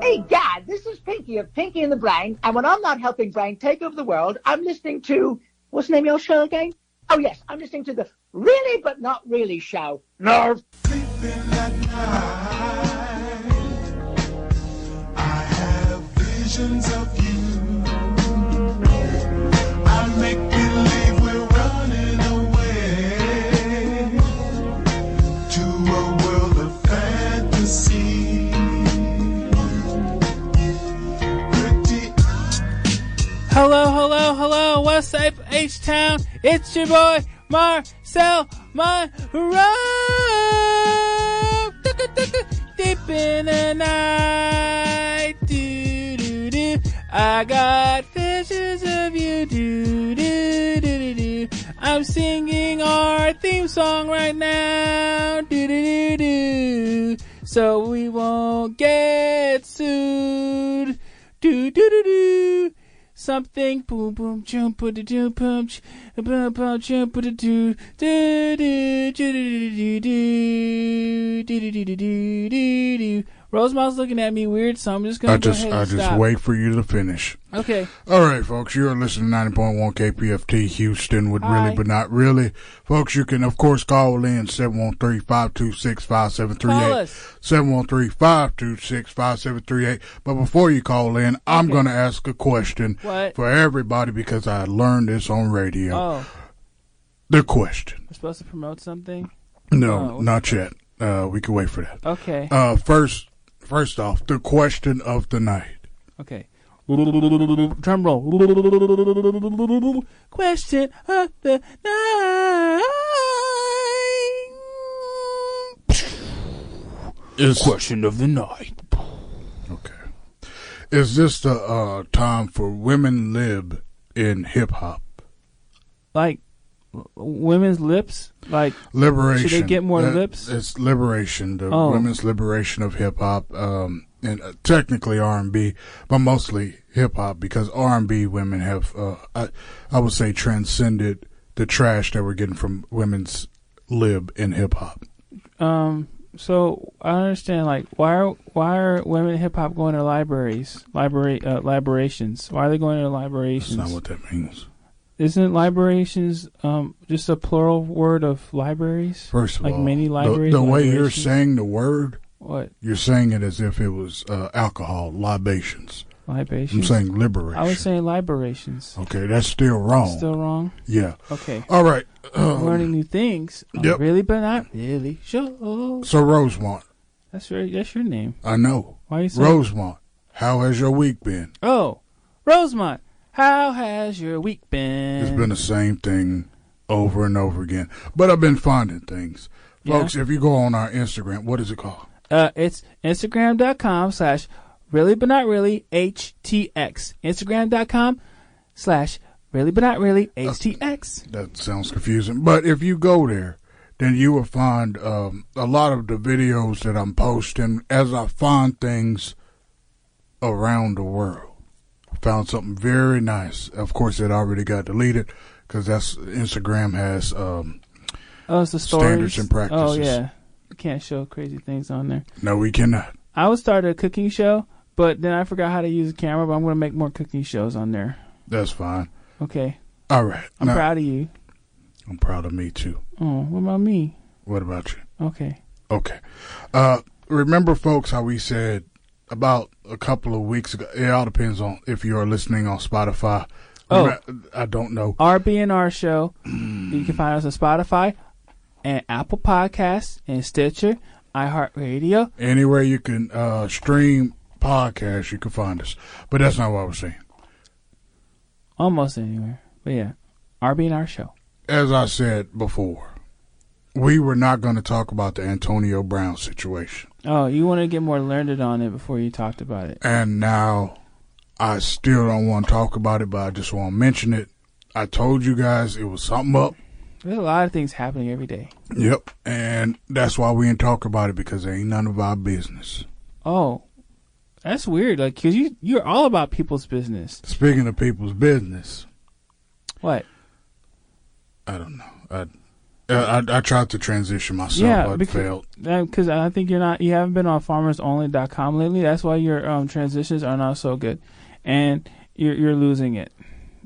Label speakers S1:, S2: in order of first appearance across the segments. S1: Hey, Gad, this is Pinky of Pinky and the Brain. And when I'm not helping Brain take over the world, I'm listening to what's the name of your show again? Oh, yes, I'm listening to the Really But Not Really show. Nerve.
S2: Sleeping at night, I have visions of you. I make believe we're running away to a world of fantasy. Pretty
S3: Hello, hello, hello, what's up, H Town? It's your boy, Marcel Monroe! Tuck-a-tuck-a, Deep in the night, do do do. I got visions of you, do do do do do. I'm singing our theme song right now, do do do do. So we won't get sued, do do do do something. Boom, boom, jump, put a jump, punch, boom, boom, jump, put a do, do, do, do, do, do, do, do, do, do, do, do, do, do. Rosemont's looking at me weird, so I'm just gonna
S4: I
S3: go
S4: just
S3: ahead
S4: I
S3: and
S4: just
S3: stop.
S4: wait for you to finish.
S3: Okay,
S4: All right, folks, you're listening to 90.1 KPFT Houston with
S3: Hi.
S4: Really But Not Really. Folks, you can, of course, call in 713-526-5738.
S3: us.
S4: 713-526-5738. But before you call in, I'm going to ask a question
S3: What?
S4: for everybody because I learned this on radio.
S3: oh,
S4: the question.
S3: we're supposed to promote something.
S4: No,
S3: Oh,
S4: not yet. Uh, we can wait for that.
S3: Okay,
S4: Uh, first, first off, the question of the night.
S3: okay. Drum roll. Question of the night.
S4: Is
S3: Question of the night.
S4: Okay. Is this the uh, time for women lib in hip hop?
S3: like w- women's lips like
S4: Liberation.
S3: Should they get more lips?
S4: It's liberation, the
S3: Oh.
S4: women's liberation of hip hop, um, and uh, technically R and B, but mostly hip hop because R and B women have, uh, I, I would say, transcended the trash that we're getting from women's lib in hip hop.
S3: um so i don't understand like why are why are women in hip-hop going to libraries library uh, librations why are they going to
S4: That's not
S3: librations
S4: what that means.
S3: isn't librations um just a plural word of libraries
S4: First of
S3: Like
S4: all,
S3: many
S4: the-
S3: libraries,
S4: the way you're
S3: liberations?
S4: saying the word,
S3: what
S4: you're saying it as if it was uh, alcohol libations. I'm
S3: libations
S4: saying liberation. Oh.
S3: i was saying liberations
S4: Okay, that's still wrong.
S3: still wrong
S4: yeah.
S3: okay
S4: All right.
S3: learning
S4: Um,
S3: new things I'm
S4: yep.
S3: really but not really sure
S4: so Rosemont,
S3: that's your that's your name
S4: I know.
S3: why are you saying
S4: Rosemont, how has your week been?
S3: Oh, Rosemont, how has your week been?
S4: It's been the same thing over and over again, but I've been finding things.
S3: Yeah.
S4: Folks, if you go on our Instagram, what is it called?
S3: uh, it's Instagram.com slash really but not really HTX. Instagram.com slash really but not really HTX.
S4: That sounds confusing, but if you go there, then you will find um, a lot of the videos that I'm posting as I find things around the world. I found something very nice. Of course, it already got deleted because that's Instagram has. Um,
S3: Oh, it's the
S4: Standards
S3: stories.
S4: and practices.
S3: Oh, yeah. You can't show crazy things on there.
S4: no, we cannot.
S3: I would start a cooking show, but then I forgot how to use a camera, but I'm going to make more cooking shows on there.
S4: That's fine.
S3: Okay.
S4: All right.
S3: I'm
S4: Now-
S3: proud of you.
S4: I'm proud of me too.
S3: Oh, what about me?
S4: What about you?
S3: Okay.
S4: Okay. Uh, remember, folks, how we said about a couple of weeks ago. It all depends on if you are listening on Spotify.
S3: Oh.
S4: Remem- I don't know.
S3: RBNR show.
S4: Mm.
S3: you can find us on Spotify and Apple Podcasts and Stitcher, iHeartRadio.
S4: Anywhere you can uh, stream podcasts, you can find us. But that's not what I was saying.
S3: Almost anywhere. But yeah. RBNR show.
S4: As I said before, we were not going to talk about the Antonio Brown situation,
S3: Oh, you want to get more learned on it before you talked about it.
S4: and now I still don't want to talk about it, but I just want to mention it. I told you guys it was something up.
S3: There's a lot of things happening every day.
S4: Yep. And that's why we didn't talk about it because it ain't none of our business.
S3: Oh, that's weird. Like, cause you you're all about people's business.
S4: Speaking of people's business,
S3: What?
S4: I don't know. I Uh, I, I tried to transition myself,
S3: Yeah,
S4: but
S3: because-
S4: failed.
S3: because Um, I think you're not you haven't been on farmersonly.com lately. That's why your um, transitions are not so good, and you're you're losing it.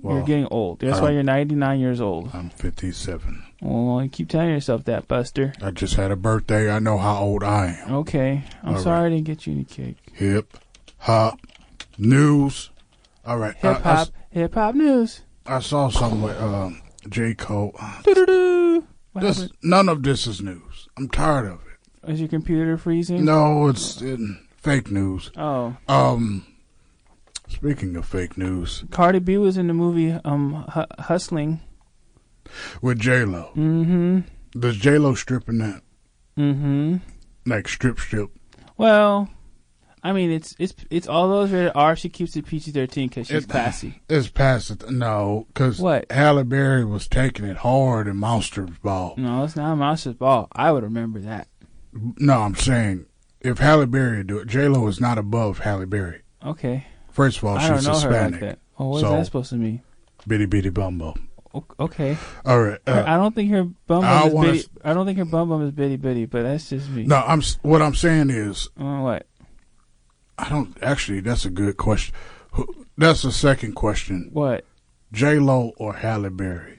S4: Well,
S3: you're getting old. That's
S4: I
S3: why
S4: don't-
S3: you're 99 years old.
S4: I'm 57.
S3: Well, you keep telling yourself that, Buster.
S4: I just had a birthday. I know how old I am.
S3: Okay, I'm
S4: All
S3: sorry I didn't get you any cake.
S4: Hip hop news. All right. I- I
S3: Hip
S4: s-
S3: hop, hip hop news.
S4: I, saw something with um, J. Cole.
S3: Doo-doo-doo. What
S4: This,
S3: happened?
S4: none of this is news. I'm tired of it.
S3: Is your computer freezing?
S4: No, it's uh, fake news.
S3: Oh,
S4: Um, speaking of fake news,
S3: Cardi B was in the movie um Hu- Hustling.
S4: with J Lo,
S3: Mm-hmm.
S4: does J Lo strip in that?
S3: Mm-hmm.
S4: Like strip, strip.
S3: Well, I mean, it's it's it's all those rated R. She keeps it PG thirteen because she's
S4: It-
S3: classy.
S4: It's past it. No, because
S3: What?
S4: Halle Berry was taking it hard in Monsters Ball.
S3: No, it's not Monsters Ball. I would remember that.
S4: No, I'm saying if Halle Berry do it, J Lo is not above Halle Berry.
S3: Okay,
S4: First of all,
S3: I don't
S4: Oh, she's
S3: know her
S4: Hispanic.
S3: like that. Oh, what's
S4: So-
S3: that supposed to mean?
S4: Bitty bitty bumbo.
S3: O- Okay,
S4: All right. Uh,
S3: I don't think her bum
S4: I
S3: bum is
S4: wanna
S3: bitty.
S4: s-
S3: I don't think her bum bum is bitty bitty, but that's just me.
S4: no, I'm. s- What I'm saying is,
S3: Uh, what?
S4: I don't actually. That's a good question. Who- That's the second question.
S3: What?
S4: J Lo or Halle Berry?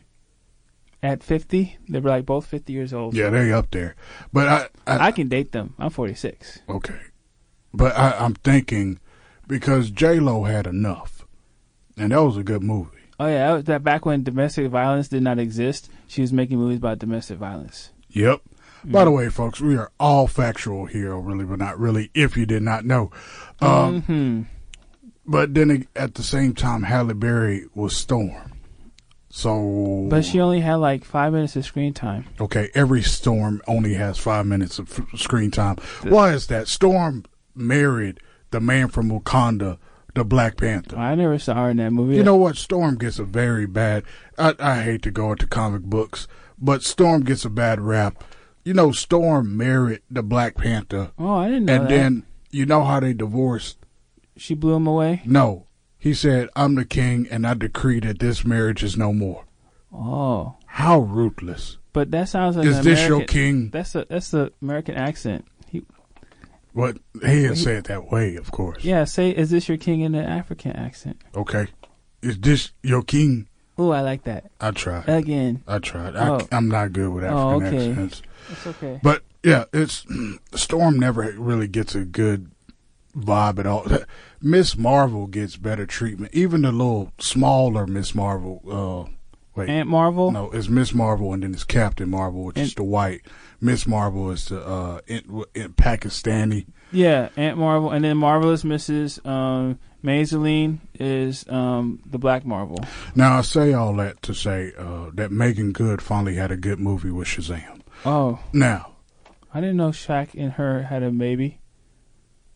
S3: At fifty, they were like both fifty years old.
S4: Yeah, they up there. But I, I,
S3: I can date them. I'm forty six.
S4: okay. But I, I'm thinking because J Lo had enough, and that was a good movie.
S3: Oh yeah, that was that back when domestic violence did not exist. She was making movies about domestic violence.
S4: Yep. By the way, folks, we are all factual here, really, but not really. If you did not know, um,
S3: Hmm.
S4: but then ag- at the same time, Halle Berry was Storm. So,
S3: But she only had like five minutes of screen time.
S4: okay, every Storm only has five minutes of f- screen time. Why is that? Storm married the man from Wakanda, the Black Panther.
S3: I never saw her in that movie.
S4: You know what? Storm gets a very bad. I, I hate to go into comic books, but Storm gets a bad rap. You know, Storm married the Black Panther,
S3: oh, I didn't know
S4: and
S3: that.
S4: then you know how they divorced.
S3: she blew him away.
S4: No, he said, "I'm the king, and I decree that this marriage is no more."
S3: Oh,
S4: How ruthless
S3: but that sounds like
S4: is
S3: an
S4: this
S3: American,
S4: your king?
S3: That's the that's the American accent. He,
S4: What he had said that way, of course.
S3: yeah, say is this your king in an African accent?
S4: Okay, is this your king?
S3: Ooh, I like that
S4: I tried.
S3: again.
S4: I tried. I,
S3: Uh, Oh.
S4: am not good with
S3: Oh,
S4: African
S3: okay.
S4: accents.
S3: That's okay.
S4: But yeah, it's Storm never really gets a good vibe at all. Miss Marvel gets better treatment. Even the little smaller Miss Marvel. Uh, wait,
S3: Aunt Marvel.
S4: no, it's Miss Marvel and then it's Captain Marvel, which is
S3: And-
S4: the white. Miss Marvel is the uh, in, in Pakistani.
S3: Yeah, Aunt Marvel, and then marvelous Mrs. Um, Maiseline is um the Black Marvel.
S4: Now I say all that to say uh, that Megan Good finally had a good movie with Shazam.
S3: Oh,
S4: Now
S3: I didn't know Shaq and her had a baby.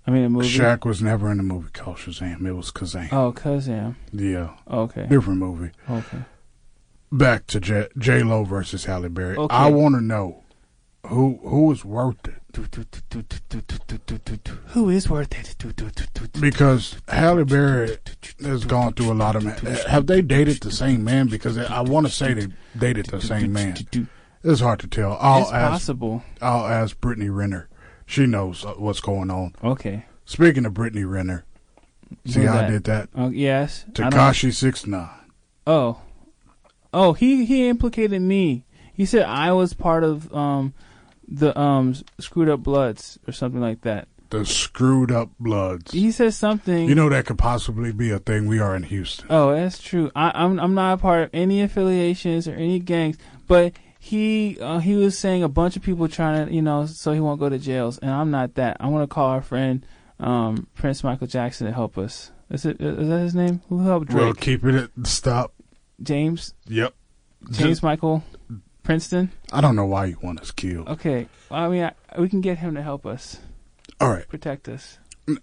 S3: I mean, a movie.
S4: Shaq was never in a movie called Shazam. It was Kazam.
S3: Oh, Kazam.
S4: yeah,
S3: Okay.
S4: different movie.
S3: Okay.
S4: back to J-, J Lo versus Halle Berry.
S3: Okay.
S4: I want to know who who is worth it
S3: Who is worth it?
S4: because Halle Berry has gone through a lot of. Man- Have they dated the same man? Because I want to say they dated the same man. It's hard to tell. I'll
S3: It's
S4: ask.
S3: possible.
S4: I'll ask Brittany Renner. She knows uh, what's going on.
S3: Okay.
S4: Speaking of Brittany Renner, see
S3: Who's
S4: how I
S3: that?
S4: did that?
S3: Oh yes. I don't-
S4: Takashi six nine.
S3: Oh. Oh, he he implicated me. He said I was part of um the um screwed up bloods or something like that.
S4: The screwed up bloods.
S3: He says something.
S4: You know that could possibly be a thing. We are in Houston.
S3: Oh, that's true. I, I'm I'm not a part of any affiliations or any gangs, but he uh, he was saying a bunch of people trying to you know so he won't go to jails, and I'm not that. I want to call our friend um, Prince Michael Jackson to help us. Is it is that his name? Who helped Drake?
S4: Well, keeping it stop.
S3: James
S4: Yep.
S3: James Michael Princeton.
S4: I don't know why you want us killed.
S3: Okay, well, I mean I, we can get him to help us
S4: All right.
S3: protect us.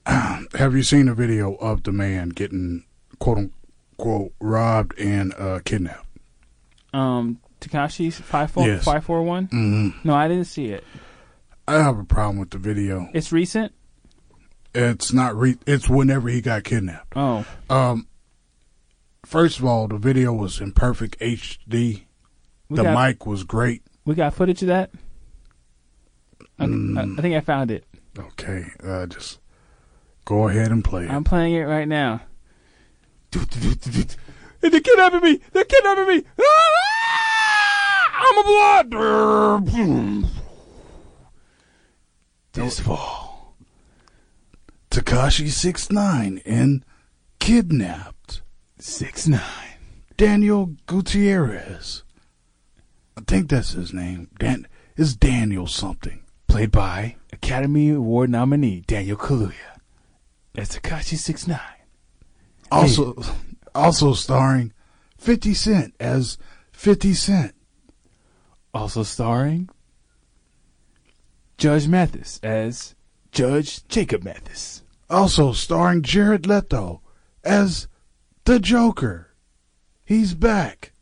S4: Have you seen a video of the man getting quote unquote robbed and uh, kidnapped?
S3: Um, Takashi five four
S4: Yes.
S3: five four one.
S4: Mm-hmm.
S3: No, I didn't see it.
S4: I have a problem with the video.
S3: It's recent.
S4: It's not re. It's whenever he got kidnapped.
S3: Oh,
S4: Um. First of all, the video was in perfect HD.
S3: we
S4: the
S3: got-
S4: mic was great.
S3: We got footage of that. I, I, I think I found it.
S4: Okay, uh, just go ahead and play it.
S3: I'm playing it right now. They're kidnapping me! They're kidnapping me! Ah! I'm a blood! This fall.
S4: Takashi six nine and kidnapped
S3: Six nine.
S4: Daniel Gutierrez. I think that's his name. Dan it's Daniel something.
S3: Played by Academy Award nominee Daniel Kaluuya. As Takashi Six Nine.
S4: Also also starring Fifty Cent as Fifty Cent.
S3: Also starring Judge Mathis as Judge Jacob Mathis.
S4: Also starring Jared Leto as the Joker. He's back.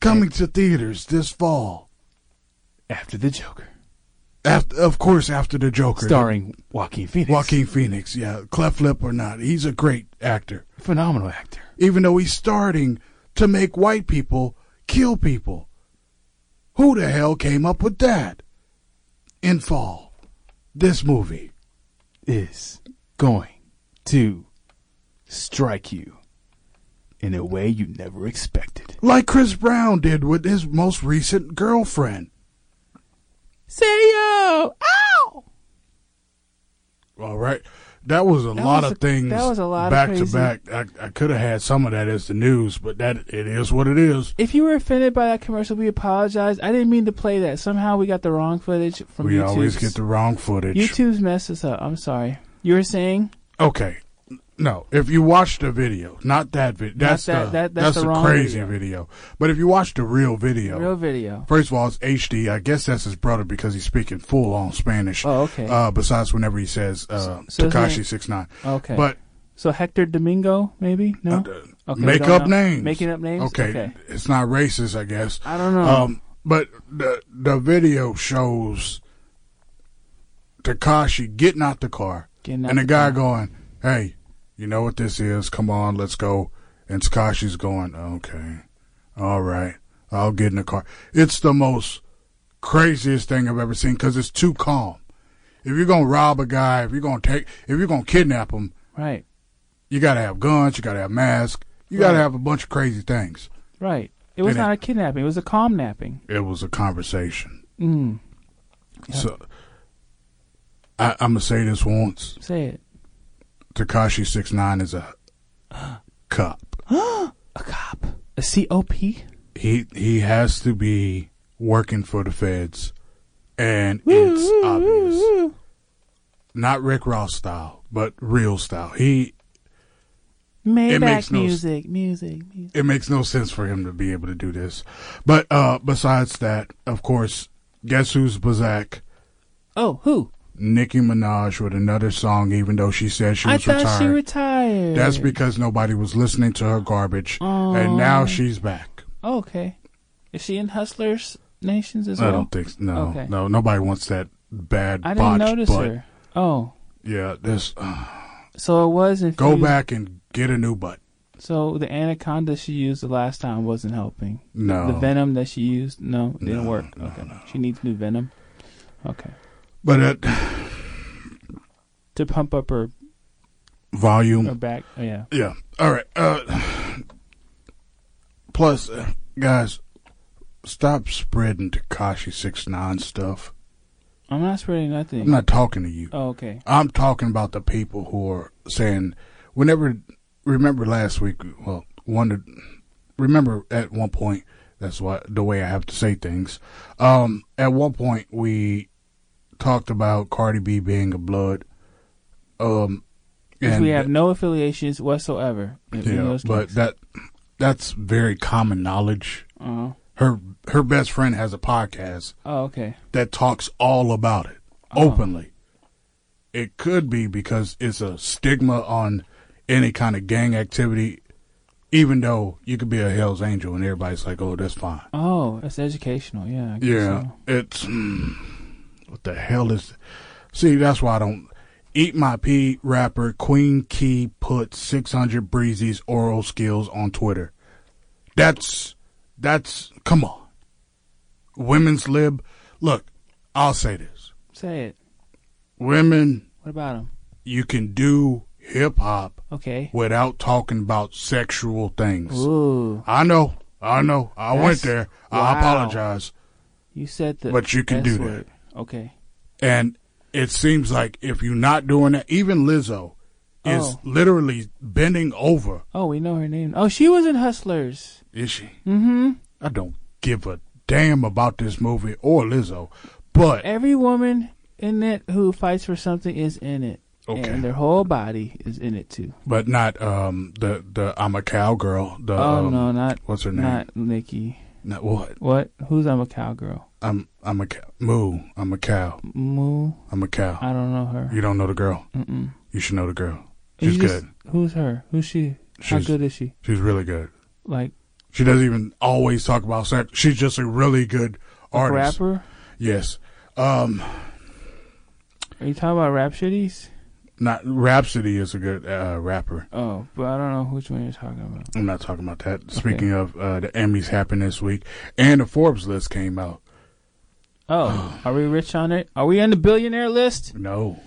S4: Coming to theaters this fall.
S3: After the Joker.
S4: After, of course, after the Joker.
S3: Starring Joaquin Phoenix.
S4: Joaquin Phoenix, yeah. Cleft lip or not, he's a great actor.
S3: Phenomenal actor.
S4: Even though he's starting to make white people kill people. Who the hell came up with that? In fall, this movie.
S3: is going to strike you in a way you never expected.
S4: Like Chris Brown did with his most recent girlfriend.
S3: Say yo! Ow!
S4: All right. That was a lot
S3: was
S4: of
S3: a-
S4: things
S3: that was a lot of
S4: back
S3: crazy-
S4: to back. I, I could have had some of that as the news, but that it is what it is.
S3: If you were offended by that commercial, we apologize. I didn't mean to play that. Somehow we got the wrong footage from
S4: We
S3: YouTube.
S4: always get the wrong footage.
S3: YouTube's messed us up. I'm sorry. You were saying
S4: Okay. No, if you watch the video, not that video. That's
S3: that-
S4: the
S3: that- that's
S4: that's,
S3: the
S4: a
S3: wrong
S4: crazy
S3: video.
S4: video. But if you watch the real video,
S3: real video.
S4: first of all, it's HD. I guess that's his brother because he's speaking full on Spanish.
S3: Oh, okay.
S4: Uh, besides whenever he says uh,
S3: so his
S4: Takashi
S3: name-
S4: six nine.
S3: Okay.
S4: But
S3: so Hector Domingo, maybe? No. Okay, we
S4: make
S3: don't
S4: up
S3: know.
S4: names.
S3: Making Uh, up names?
S4: Okay.
S3: Okay.
S4: It's not racist, I guess.
S3: I don't know.
S4: Um, but the the video shows Takashi getting out the car
S3: Getting out
S4: and the,
S3: the
S4: guy going, "Hey, you know what this is? Come on, let's go." And Takashi's going, "Okay, all right, I'll get in the car." It's the most craziest thing I've ever seen because it's too calm. If you're gonna rob a guy, if you're gonna take, if you're gonna kidnap him,
S3: right.
S4: you gotta have guns, you gotta have masks, you gotta
S3: Right.
S4: have a bunch of crazy things.
S3: Right. It was
S4: And it-
S3: not a kidnapping. It was a calm napping.
S4: It was a conversation.
S3: Mm.
S4: So I, I'm gonna say this once:
S3: Say it.
S4: Takashi six nine is a cop.
S3: A cop. A COP?
S4: He he has to be working for the feds, and it's obvious.
S3: Woo-woo-woo-woo.
S4: Not Rick Ross style, but real style. He
S3: Maybach
S4: makes no s-
S3: music, music, music.
S4: it makes no sense for him to be able to do this. But uh besides that, of course, guess who's Bazak?
S3: Oh, who?
S4: Nicki Minaj with another song, even though she said she
S3: I
S4: was
S3: thought
S4: retired.
S3: she retired.
S4: That's because nobody was listening to her garbage, and now she's back.
S3: Oh, okay. Is she in Hustlers Nations as
S4: I
S3: well?
S4: don't think s- no,
S3: Okay.
S4: no, nobody wants that bad.
S3: I didn't
S4: botched
S3: notice
S4: butt.
S3: her. Oh,
S4: Yeah, this uh,
S3: so it was in.
S4: go back and get a new butt.
S3: So the anaconda she used the last time wasn't helping.
S4: No,
S3: The venom that she used, no, it didn't
S4: Oh. No,
S3: work.
S4: no,
S3: okay, she needs new venom. Okay,
S4: but that
S3: to pump up her,
S4: volume.
S3: her back. Oh, yeah,
S4: yeah. All right. Uh, plus, uh, guys, stop spreading Takashi six nine stuff.
S3: I'm not spreading nothing.
S4: I'm not talking to you.
S3: Oh, okay.
S4: I'm talking about the people who are saying, whenever, remember last week, well, wondered, remember at one point, that's why the way I have to say things. Um, at one point, we talked about Cardi B being a blood. Um,
S3: Because
S4: and
S3: we have no affiliations whatsoever.
S4: yeah, but that that's very common knowledge.
S3: uh
S4: Her her best friend has a podcast
S3: oh, okay.
S4: that talks all about it openly. It could be because it's a stigma on any kind of gang activity, even though you could be a Hell's Angel and everybody's like, oh, that's fine.
S3: Oh, that's educational. Yeah. I guess
S4: Yeah,
S3: so.
S4: it's. hmm, what the hell is. See, that's why I don't. Eat My Pea rapper Queen Key put 600 Breezy's oral skills on Twitter. That's. That's. Come on. women's lib. Look, I'll say this:
S3: Say it.
S4: women,
S3: What about him?
S4: you can do hip hop
S3: Okay.
S4: without talking about sexual things.
S3: Ooh,
S4: I know, I know, I
S3: That's-
S4: went there.
S3: wow.
S4: I apologize,
S3: you said the.
S4: but you can
S3: S
S4: do that.
S3: word. Okay.
S4: and it seems like if you're not doing that, even Lizzo is
S3: Oh.
S4: literally bending over.
S3: Oh, we know her name. Oh, she was in Hustlers.
S4: Is she?
S3: Mm-hmm.
S4: I don't give a damn about this movie or Lizzo, but
S3: Every woman in it who fights for something is in it.
S4: Okay.
S3: And their whole body is in it too.
S4: but not um the the I'm a cowgirl. The
S3: oh
S4: um,
S3: no, not
S4: what's her name?
S3: not Nikki.
S4: Not what?
S3: What? Who's I'm a cowgirl?
S4: I'm I'm a cow. Moo. I'm a cow.
S3: Moo.
S4: I'm a cow.
S3: I don't know her.
S4: You don't know the girl.
S3: Mm-mm.
S4: You should know the girl.
S3: You
S4: She's
S3: just-
S4: good.
S3: Who's her? Who's she?
S4: She's-
S3: How good is she?
S4: She's really good.
S3: Like
S4: She doesn't even always talk about sex. She's just a really good
S3: a
S4: artist.
S3: rapper?
S4: Yes. Um.
S3: Are you talking about rap shitties?
S4: Not Rhapsody is a good uh, rapper.
S3: Oh, but I don't know which one you're talking about.
S4: I'm not talking about that. Speaking of uh, the Emmys happened this week, and the Forbes list came out.
S3: Oh, are we rich on it? Are we on the billionaire list?
S4: No,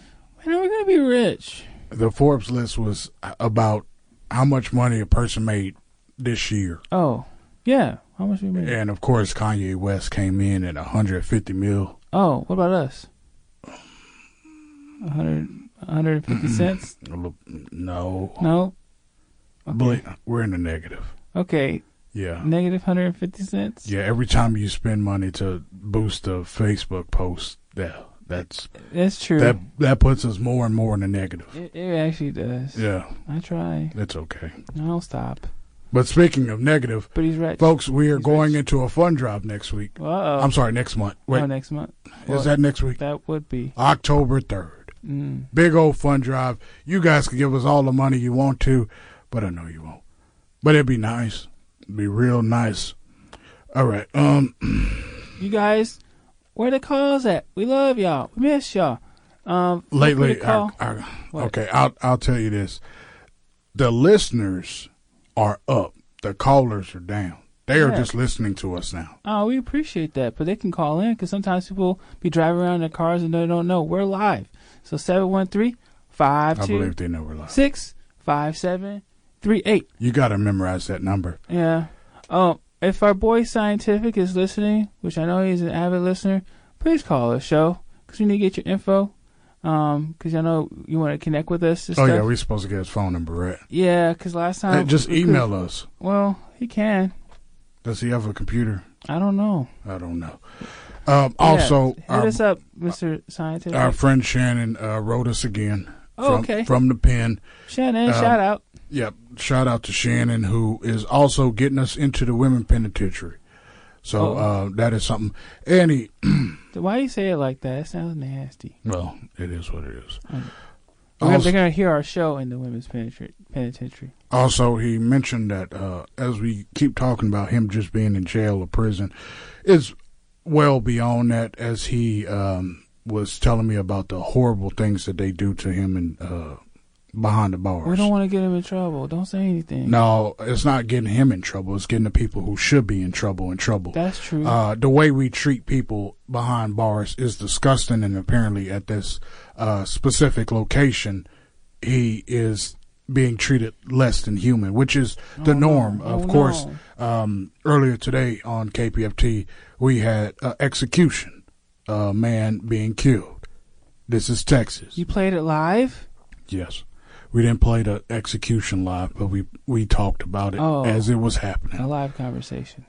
S3: Man, are we gonna be rich?
S4: the Forbes list was about how much money a person made this year,
S3: Oh, yeah. How much we make?
S4: and of course Kanye West came in at 150 mil.
S3: Oh, what about us? 100, 150 cents?
S4: A little- No,
S3: No. Okay.
S4: Believe- we're in the negative.
S3: Okay,
S4: Yeah,
S3: negative 150 cents.
S4: yeah. Every time you spend money to boost a Facebook post, yeah, that's
S3: That's true.
S4: that that puts us more and more in the negative.
S3: it, it actually does.
S4: Yeah,
S3: I try.
S4: it's okay.
S3: I don't stop.
S4: But speaking of negative,
S3: But he's rich. Uh
S4: folks, we are
S3: He's
S4: going
S3: rich.
S4: into a fund drive next week.
S3: oh.
S4: I'm sorry, next month. Wait,
S3: Oh, next month.
S4: is that next week?
S3: That would be.
S4: October 3rd.
S3: Mm.
S4: Big old fund drive. You guys can give us all the money you want to, but I know you won't. But it'd be nice. It'd be real nice. All right. Um
S3: You guys, where the calls at? We love y'all. We miss y'all. Um, feel free to
S4: lately
S3: call.
S4: I, I-
S3: What?
S4: okay, I'll I'll tell you this. The listeners are up. The callers are down. They are
S3: Yeah.
S4: just listening to us now.
S3: Oh, we appreciate that, but they can call in because sometimes people be driving around in their cars and they don't know we're live. So seven one three five
S4: I
S3: two
S4: believe they know we're live.
S3: six five seven three eight.
S4: You got to memorize that number.
S3: Yeah. Um, if our boy Scientific is listening, which I know he's an avid listener, please call the show because we need to get your info. Um, because I know you want to connect with us. and
S4: Oh
S3: stuff.
S4: yeah, we're supposed to get his phone number right.
S3: Yeah, because last
S4: Hey,
S3: time
S4: just
S3: we
S4: email us.
S3: could- Well, he can.
S4: Does he have a computer?
S3: I don't know.
S4: I don't know. Um, also,
S3: yeah. hit
S4: our,
S3: us up, Mister Scientific.
S4: our friend Shannon uh, wrote us again
S3: Oh,
S4: from,
S3: okay.
S4: from the pen.
S3: Shannon,
S4: um,
S3: shout out.
S4: Yep. Shout out to Shannon, who is also getting us into the women penitentiary.
S3: Oh.
S4: So uh, that is something. And he,
S3: Why do you say it like that? That sounds nasty.
S4: well, it is what it is.
S3: We're gonna,
S4: Also-
S3: they're gonna hear our show in the women's penitentiary. penitentiary.
S4: Also, he mentioned that uh, as we keep talking about him just being in jail or prison, it's well beyond that. As he um, was telling me about the horrible things that they do to him and uh, behind the bars.
S3: We don't want to get him in trouble. Don't say anything.
S4: no, it's not getting him in trouble. It's getting the people who should be in trouble in trouble.
S3: that's true.
S4: Uh, the way we treat people behind bars is disgusting, and apparently at this uh, specific location, he is being treated less than human, which is the
S3: no.
S4: norm.
S3: Oh,
S4: of course,
S3: no.
S4: um, earlier today on KPFT, we had uh, execution, a man being killed. This is Texas.
S3: you played it live.
S4: Yes. We didn't play the execution live, but we, we talked about it
S3: Oh.
S4: as it was happening.
S3: A live conversation.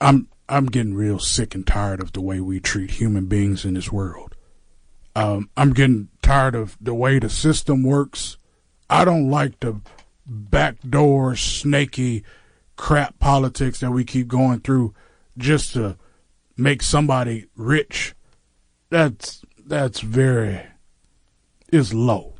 S4: I'm I'm getting real sick and tired of the way we treat human beings in this world. Um, I'm getting tired of the way the system works. I don't like the backdoor snaky crap politics that we keep going through just to make somebody rich. That's that's very is low.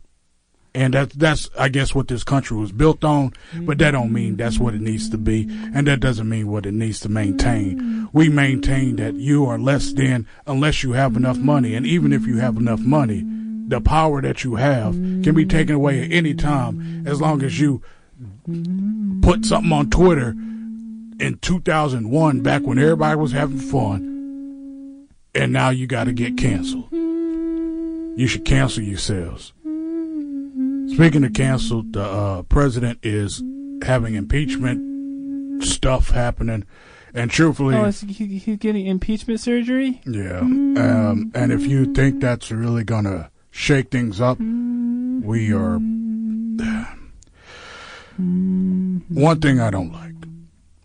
S4: And that that's I guess what this country was built on, but that don't mean that's what it needs to be, and that doesn't mean what it needs to maintain. We maintain that you are less than unless you have enough money, and even if you have enough money, the power that you have can be taken away at any time as long as you put something on Twitter in 2001, back when everybody was having fun, and now you got to get canceled. You should cancel yourselves. Speaking of canceled, the uh, president is having impeachment stuff happening, and truthfully,
S3: Oh, it's, he, he's getting impeachment surgery.
S4: yeah. Um, and if you think that's really gonna shake things up, we are. One thing I don't like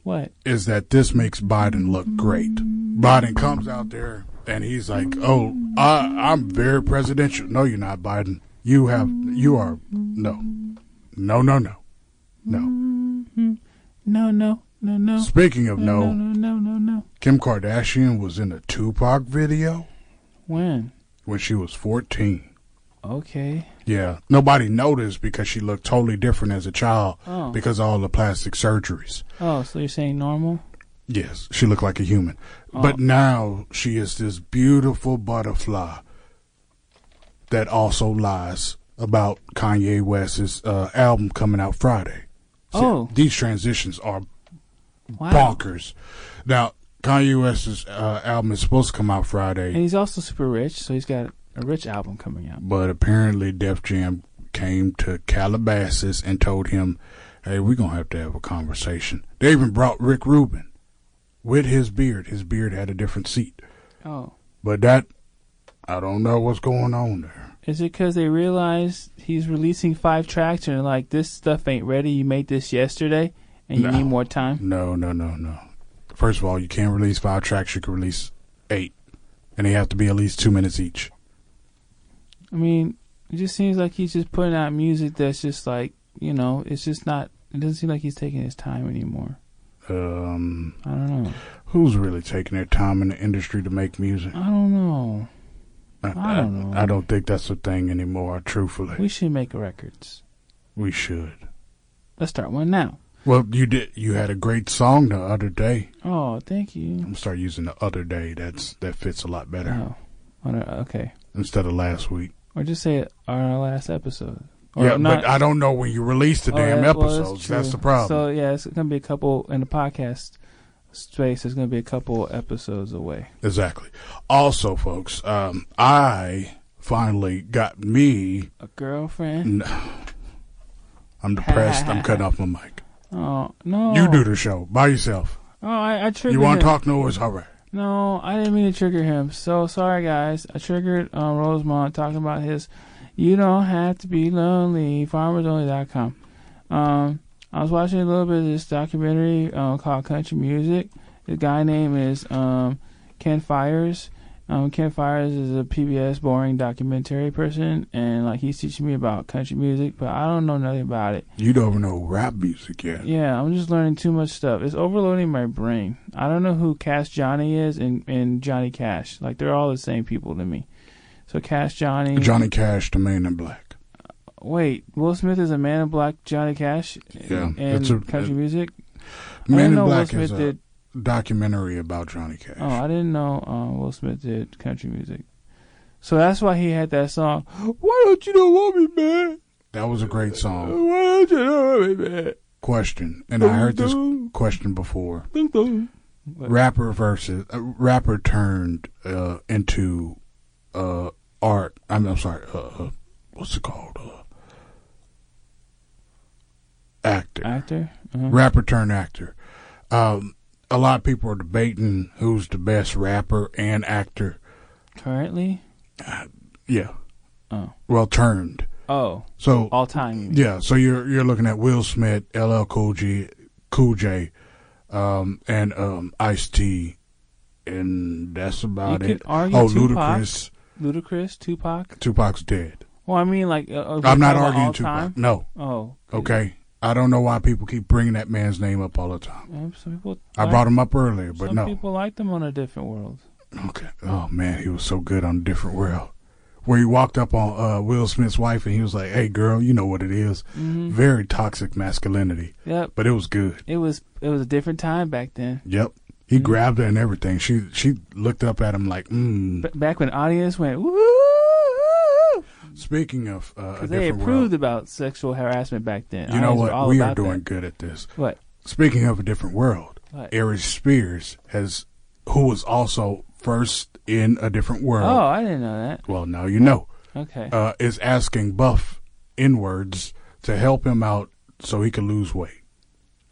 S3: What?
S4: is that this makes Biden look great. Biden comes out there and he's like, "Oh, I, I'm very presidential." No, you're not, Biden. You have, you are, no, no, no, no, no.
S3: No, no, no, no.
S4: Speaking of
S3: No, no,
S4: no,
S3: no, no, no.
S4: Kim Kardashian was in a Tupac video
S3: When?
S4: when she was 14.
S3: Okay.
S4: Yeah, nobody noticed because she looked totally different as a child
S3: Oh.
S4: because of all the plastic surgeries.
S3: Oh, so you're saying normal?
S4: Yes, she looked like a human.
S3: Uh.
S4: But now she is this beautiful butterfly that also lies about Kanye West's uh, album coming out Friday.
S3: Oh.
S4: These transitions are
S3: Wow.
S4: bonkers. Now, Kanye West's uh, album is supposed to come out Friday,
S3: And he's also super rich, so he's got a rich album coming out.
S4: but apparently Def Jam came to Calabasas and told him, "Hey, we're gonna have to have a conversation." They even brought Rick Rubin with his beard. His beard had a different seat,
S3: Oh.
S4: but that I don't know what's going on there.
S3: Is it because they realize he's releasing five tracks and they're like this stuff ain't ready? You made this yesterday, and you
S4: No.
S3: need more time.
S4: No, no, no, no. First of all, you can't release five tracks. You can release eight, and they have to be at least two minutes each.
S3: I mean, it just seems like he's just putting out music that's just like you know, it's just not. It doesn't seem like he's taking his time anymore.
S4: Um,
S3: I don't know.
S4: who's really taking their time in the industry to make music?
S3: I don't know. I don't know.
S4: I don't think that's a thing anymore. Truthfully,
S3: We should make records.
S4: we should.
S3: Let's start one now.
S4: Well, you did. You had a great song the other day.
S3: Oh, thank you.
S4: I'm gonna start using the other day. That's that fits a lot better
S3: Oh, on our- okay.
S4: instead of last week.
S3: Or just say it on our last episode. Or
S4: yeah,
S3: not-
S4: but I don't know when you release the
S3: Oh,
S4: damn
S3: that- well,
S4: episodes. that's,
S3: true.
S4: the problem.
S3: So yeah, it's gonna be a couple in the podcast space. It's gonna be a couple episodes away.
S4: exactly. Also, folks, um, I finally got me.
S3: A girlfriend?
S4: n- I'm depressed. I'm cutting off my mic.
S3: Oh no!
S4: You do the show by yourself.
S3: Oh, I, I triggered.
S4: You want
S3: him.
S4: to talk noise? All right.
S3: No, I didn't mean to trigger him. So sorry, guys. I triggered um, Rosemont talking about his. You don't have to be lonely. FarmersOnly.com. Um, I was watching a little bit of this documentary um, called Country Music. The guy name is um, Ken Fires. Um, Ken Fires is a PBS boring documentary person, and like he's teaching me about country music, but I don't know nothing about it.
S4: You don't even know rap music yet.
S3: Yeah, I'm just learning too much stuff. It's overloading my brain. I don't know who Cash Johnny is and, and Johnny Cash. Like they're all the same people to me. So Cash Johnny.
S4: Johnny Cash, the man in black.
S3: Wait, Will Smith is a man in black. Johnny Cash.
S4: Yeah,
S3: And
S4: it's a-
S3: country
S4: it-
S3: music. I
S4: Man
S3: didn't
S4: in
S3: know Will
S4: Black is
S3: Smith
S4: a
S3: did.
S4: documentary about Johnny Cash.
S3: Oh, I didn't know um, Will Smith did country music. So that's why he had that song. Why don't you don't want me, man?
S4: That was a great song.
S3: Why don't you don't want me, man?
S4: Question, and I heard this question before.
S3: Dun, dun.
S4: Rapper versus uh, rapper turned uh, into uh, art. I'm, I'm sorry. Uh, uh, what's it called? Uh, actor.
S3: Actor. Uh-huh.
S4: rapper turned actor. Um, a lot of people are debating who's the best rapper and actor.
S3: Currently.
S4: Yeah.
S3: Oh.
S4: Well, turned.
S3: Oh,
S4: So
S3: all time. you mean.
S4: Yeah, so you're you're looking at Will Smith, LL Cool J, Cool J, um, and um, Ice T, and that's about
S3: You could
S4: it.
S3: argue
S4: oh,
S3: Tupac.
S4: Ludacris,
S3: Ludacris, Tupac.
S4: Tupac's dead.
S3: Well, I mean, like, uh,
S4: I'm not
S3: all
S4: arguing Tupac.
S3: time.
S4: No,
S3: Oh,
S4: okay. I don't know why people keep bringing that man's name up all the time.
S3: Um, some people.
S4: I
S3: like-
S4: brought him up earlier, but
S3: Some
S4: no.
S3: people like them on a different world.
S4: Okay. Oh man, he was so good on Different World, where he walked up on uh, Will Smith's wife and he was like, "Hey, girl, you know what it is.
S3: Mm-hmm.
S4: Very toxic masculinity,
S3: Yep.
S4: but it was good."
S3: It was it was a different time back then.
S4: Yep. He
S3: Mm.
S4: grabbed her and everything. She she looked up at him like, mm.
S3: B- back when audience went woo,
S4: Speaking of uh, a
S3: because they
S4: different
S3: approved
S4: world,
S3: about sexual harassment back then.
S4: you know
S3: Audience were
S4: what?
S3: all
S4: We
S3: about
S4: are doing
S3: that.
S4: good at this.
S3: What?
S4: Speaking of a different world,
S3: What?
S4: Ari Spears has, who was also first in a different world.
S3: Oh, I didn't know that.
S4: Well, now you know.
S3: Okay.
S4: Uh, is asking Buff inwards to help him out so he can lose weight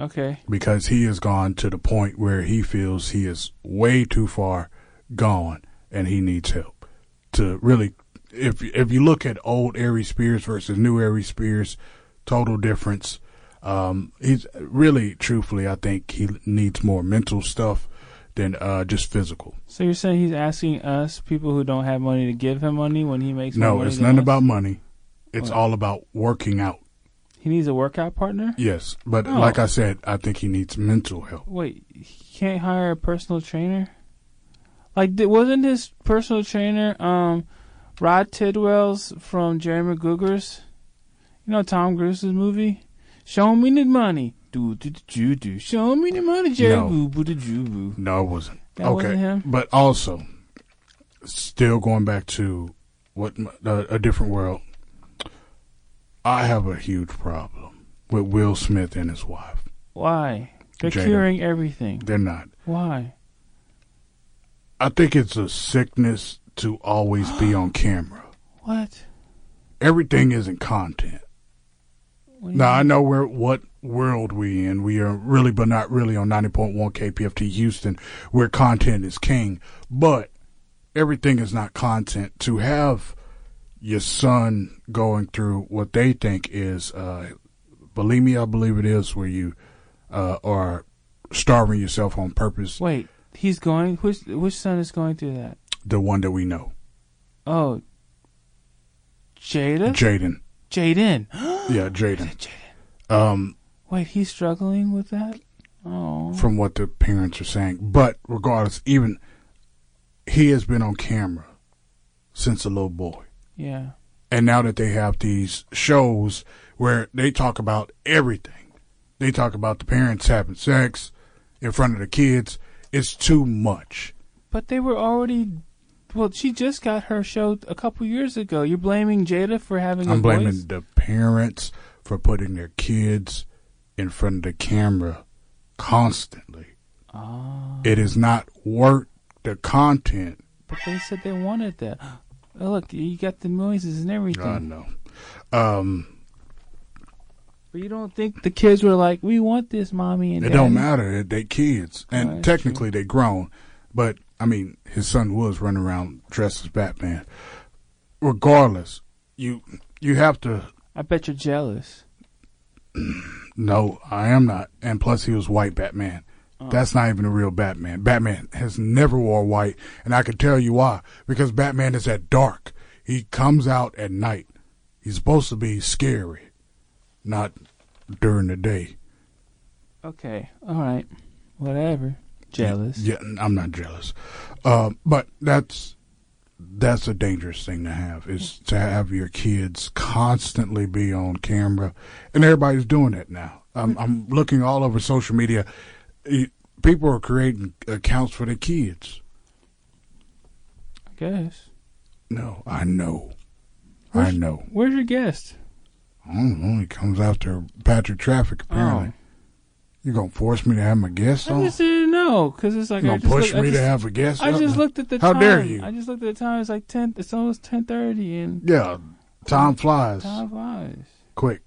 S3: okay.
S4: because he has gone to the point where he feels he is way too far gone and he needs help to really. If if you look at old Ari Spears versus new Ari Spears, total difference. Um, he's really, truthfully, I think he needs more mental stuff than uh, just physical.
S3: So you're saying he's asking us, people who don't have money, to give him money when he makes more
S4: No,
S3: money
S4: it's
S3: than
S4: nothing
S3: us?
S4: about money. It's
S3: What?
S4: all about working out.
S3: He needs a workout partner.
S4: Yes, but
S3: Oh.
S4: like I said, I think he needs mental help.
S3: Wait, he can't hire a personal trainer? Like, di- wasn't his personal trainer um, Rod Tidwell's from Jerry Maguire's? You know Tom Cruise's movie, Show Me the Money. Do do do do do. Show me the money, Jerry
S4: No.
S3: Boo Boo the Jew Boo.
S4: No, it wasn't.
S3: That
S4: okay,
S3: wasn't him?
S4: but also, still going back to what m- uh, a different world. I have a huge problem with Will Smith and his wife.
S3: Why? They're
S4: Jada.
S3: curing everything.
S4: They're not.
S3: Why?
S4: I think it's a sickness to always be on camera.
S3: What?
S4: Everything isn't content.
S3: what do you
S4: Now I
S3: mean?
S4: know where what world we in. We are really, but not really, on ninety point one KPFT Houston, where content is king. But everything is not content. To have your son going through what they think is uh, bulimia, I believe it is, where you uh, are starving yourself on purpose.
S3: Wait, he's going. Which which son is going through that?
S4: The one that we know,
S3: Oh, Jada.
S4: Jaden.
S3: Jaden.
S4: Yeah, Jaden.
S3: Jaden.
S4: Um,
S3: Wait, he's struggling with that? Oh.
S4: from what the parents are saying. But regardless, even he has been on camera since a little boy.
S3: Yeah.
S4: And now that they have these shows where they talk about everything, they talk about the parents having sex in front of the kids. It's too much.
S3: But they were already. Well, she just got her show a couple years ago. You're blaming Jada for having a
S4: I'm blaming
S3: voice?
S4: the parents for putting their kids in front of the camera constantly.
S3: Ah,
S4: It is not worth the content
S3: but they said they wanted that. Oh, look, you got the noises and everything.
S4: I know. Um,
S3: But you don't think the kids were like, we want this, mommy and
S4: it
S3: daddy?
S4: don't matter. They- They kids, and
S3: Oh, that's
S4: technically they grown. But I mean, his son was running around dressed as Batman. Regardless, you you have to
S3: I bet you're jealous.
S4: no. I am not. And plus, he was white Batman. That's not even a real Batman. Batman has never wore white, and I can tell you why. Because Batman is at dark. He comes out at night. He's supposed to be scary, not during the day.
S3: Okay, all right. Whatever. Jealous.
S4: Yeah, n- I'm not jealous, uh, but that's that's a dangerous thing to have is
S3: Mm-hmm.
S4: to have your kids constantly be on camera, and everybody's doing that now. I'm,
S3: Mm-hmm.
S4: I'm looking all over social media. E- People are creating accounts for their kids.
S3: I guess.
S4: No, I know, I
S3: Where's-
S4: know.
S3: Where's your guest?
S4: I don't know. He comes after Patrick Traffic. Apparently, you gonna force me to have my guest
S3: Oh. I
S4: on?
S3: just didn't know because it's like
S4: You
S3: I
S4: gonna
S3: just
S4: push
S3: look- I
S4: me to
S3: just-
S4: have a guest?
S3: I just
S4: on?
S3: looked at the
S4: How
S3: time.
S4: dare you?
S3: I just looked at the time. It's like ten. It's almost ten thirty, and
S4: Yeah, time flies.
S3: time flies.
S4: quick.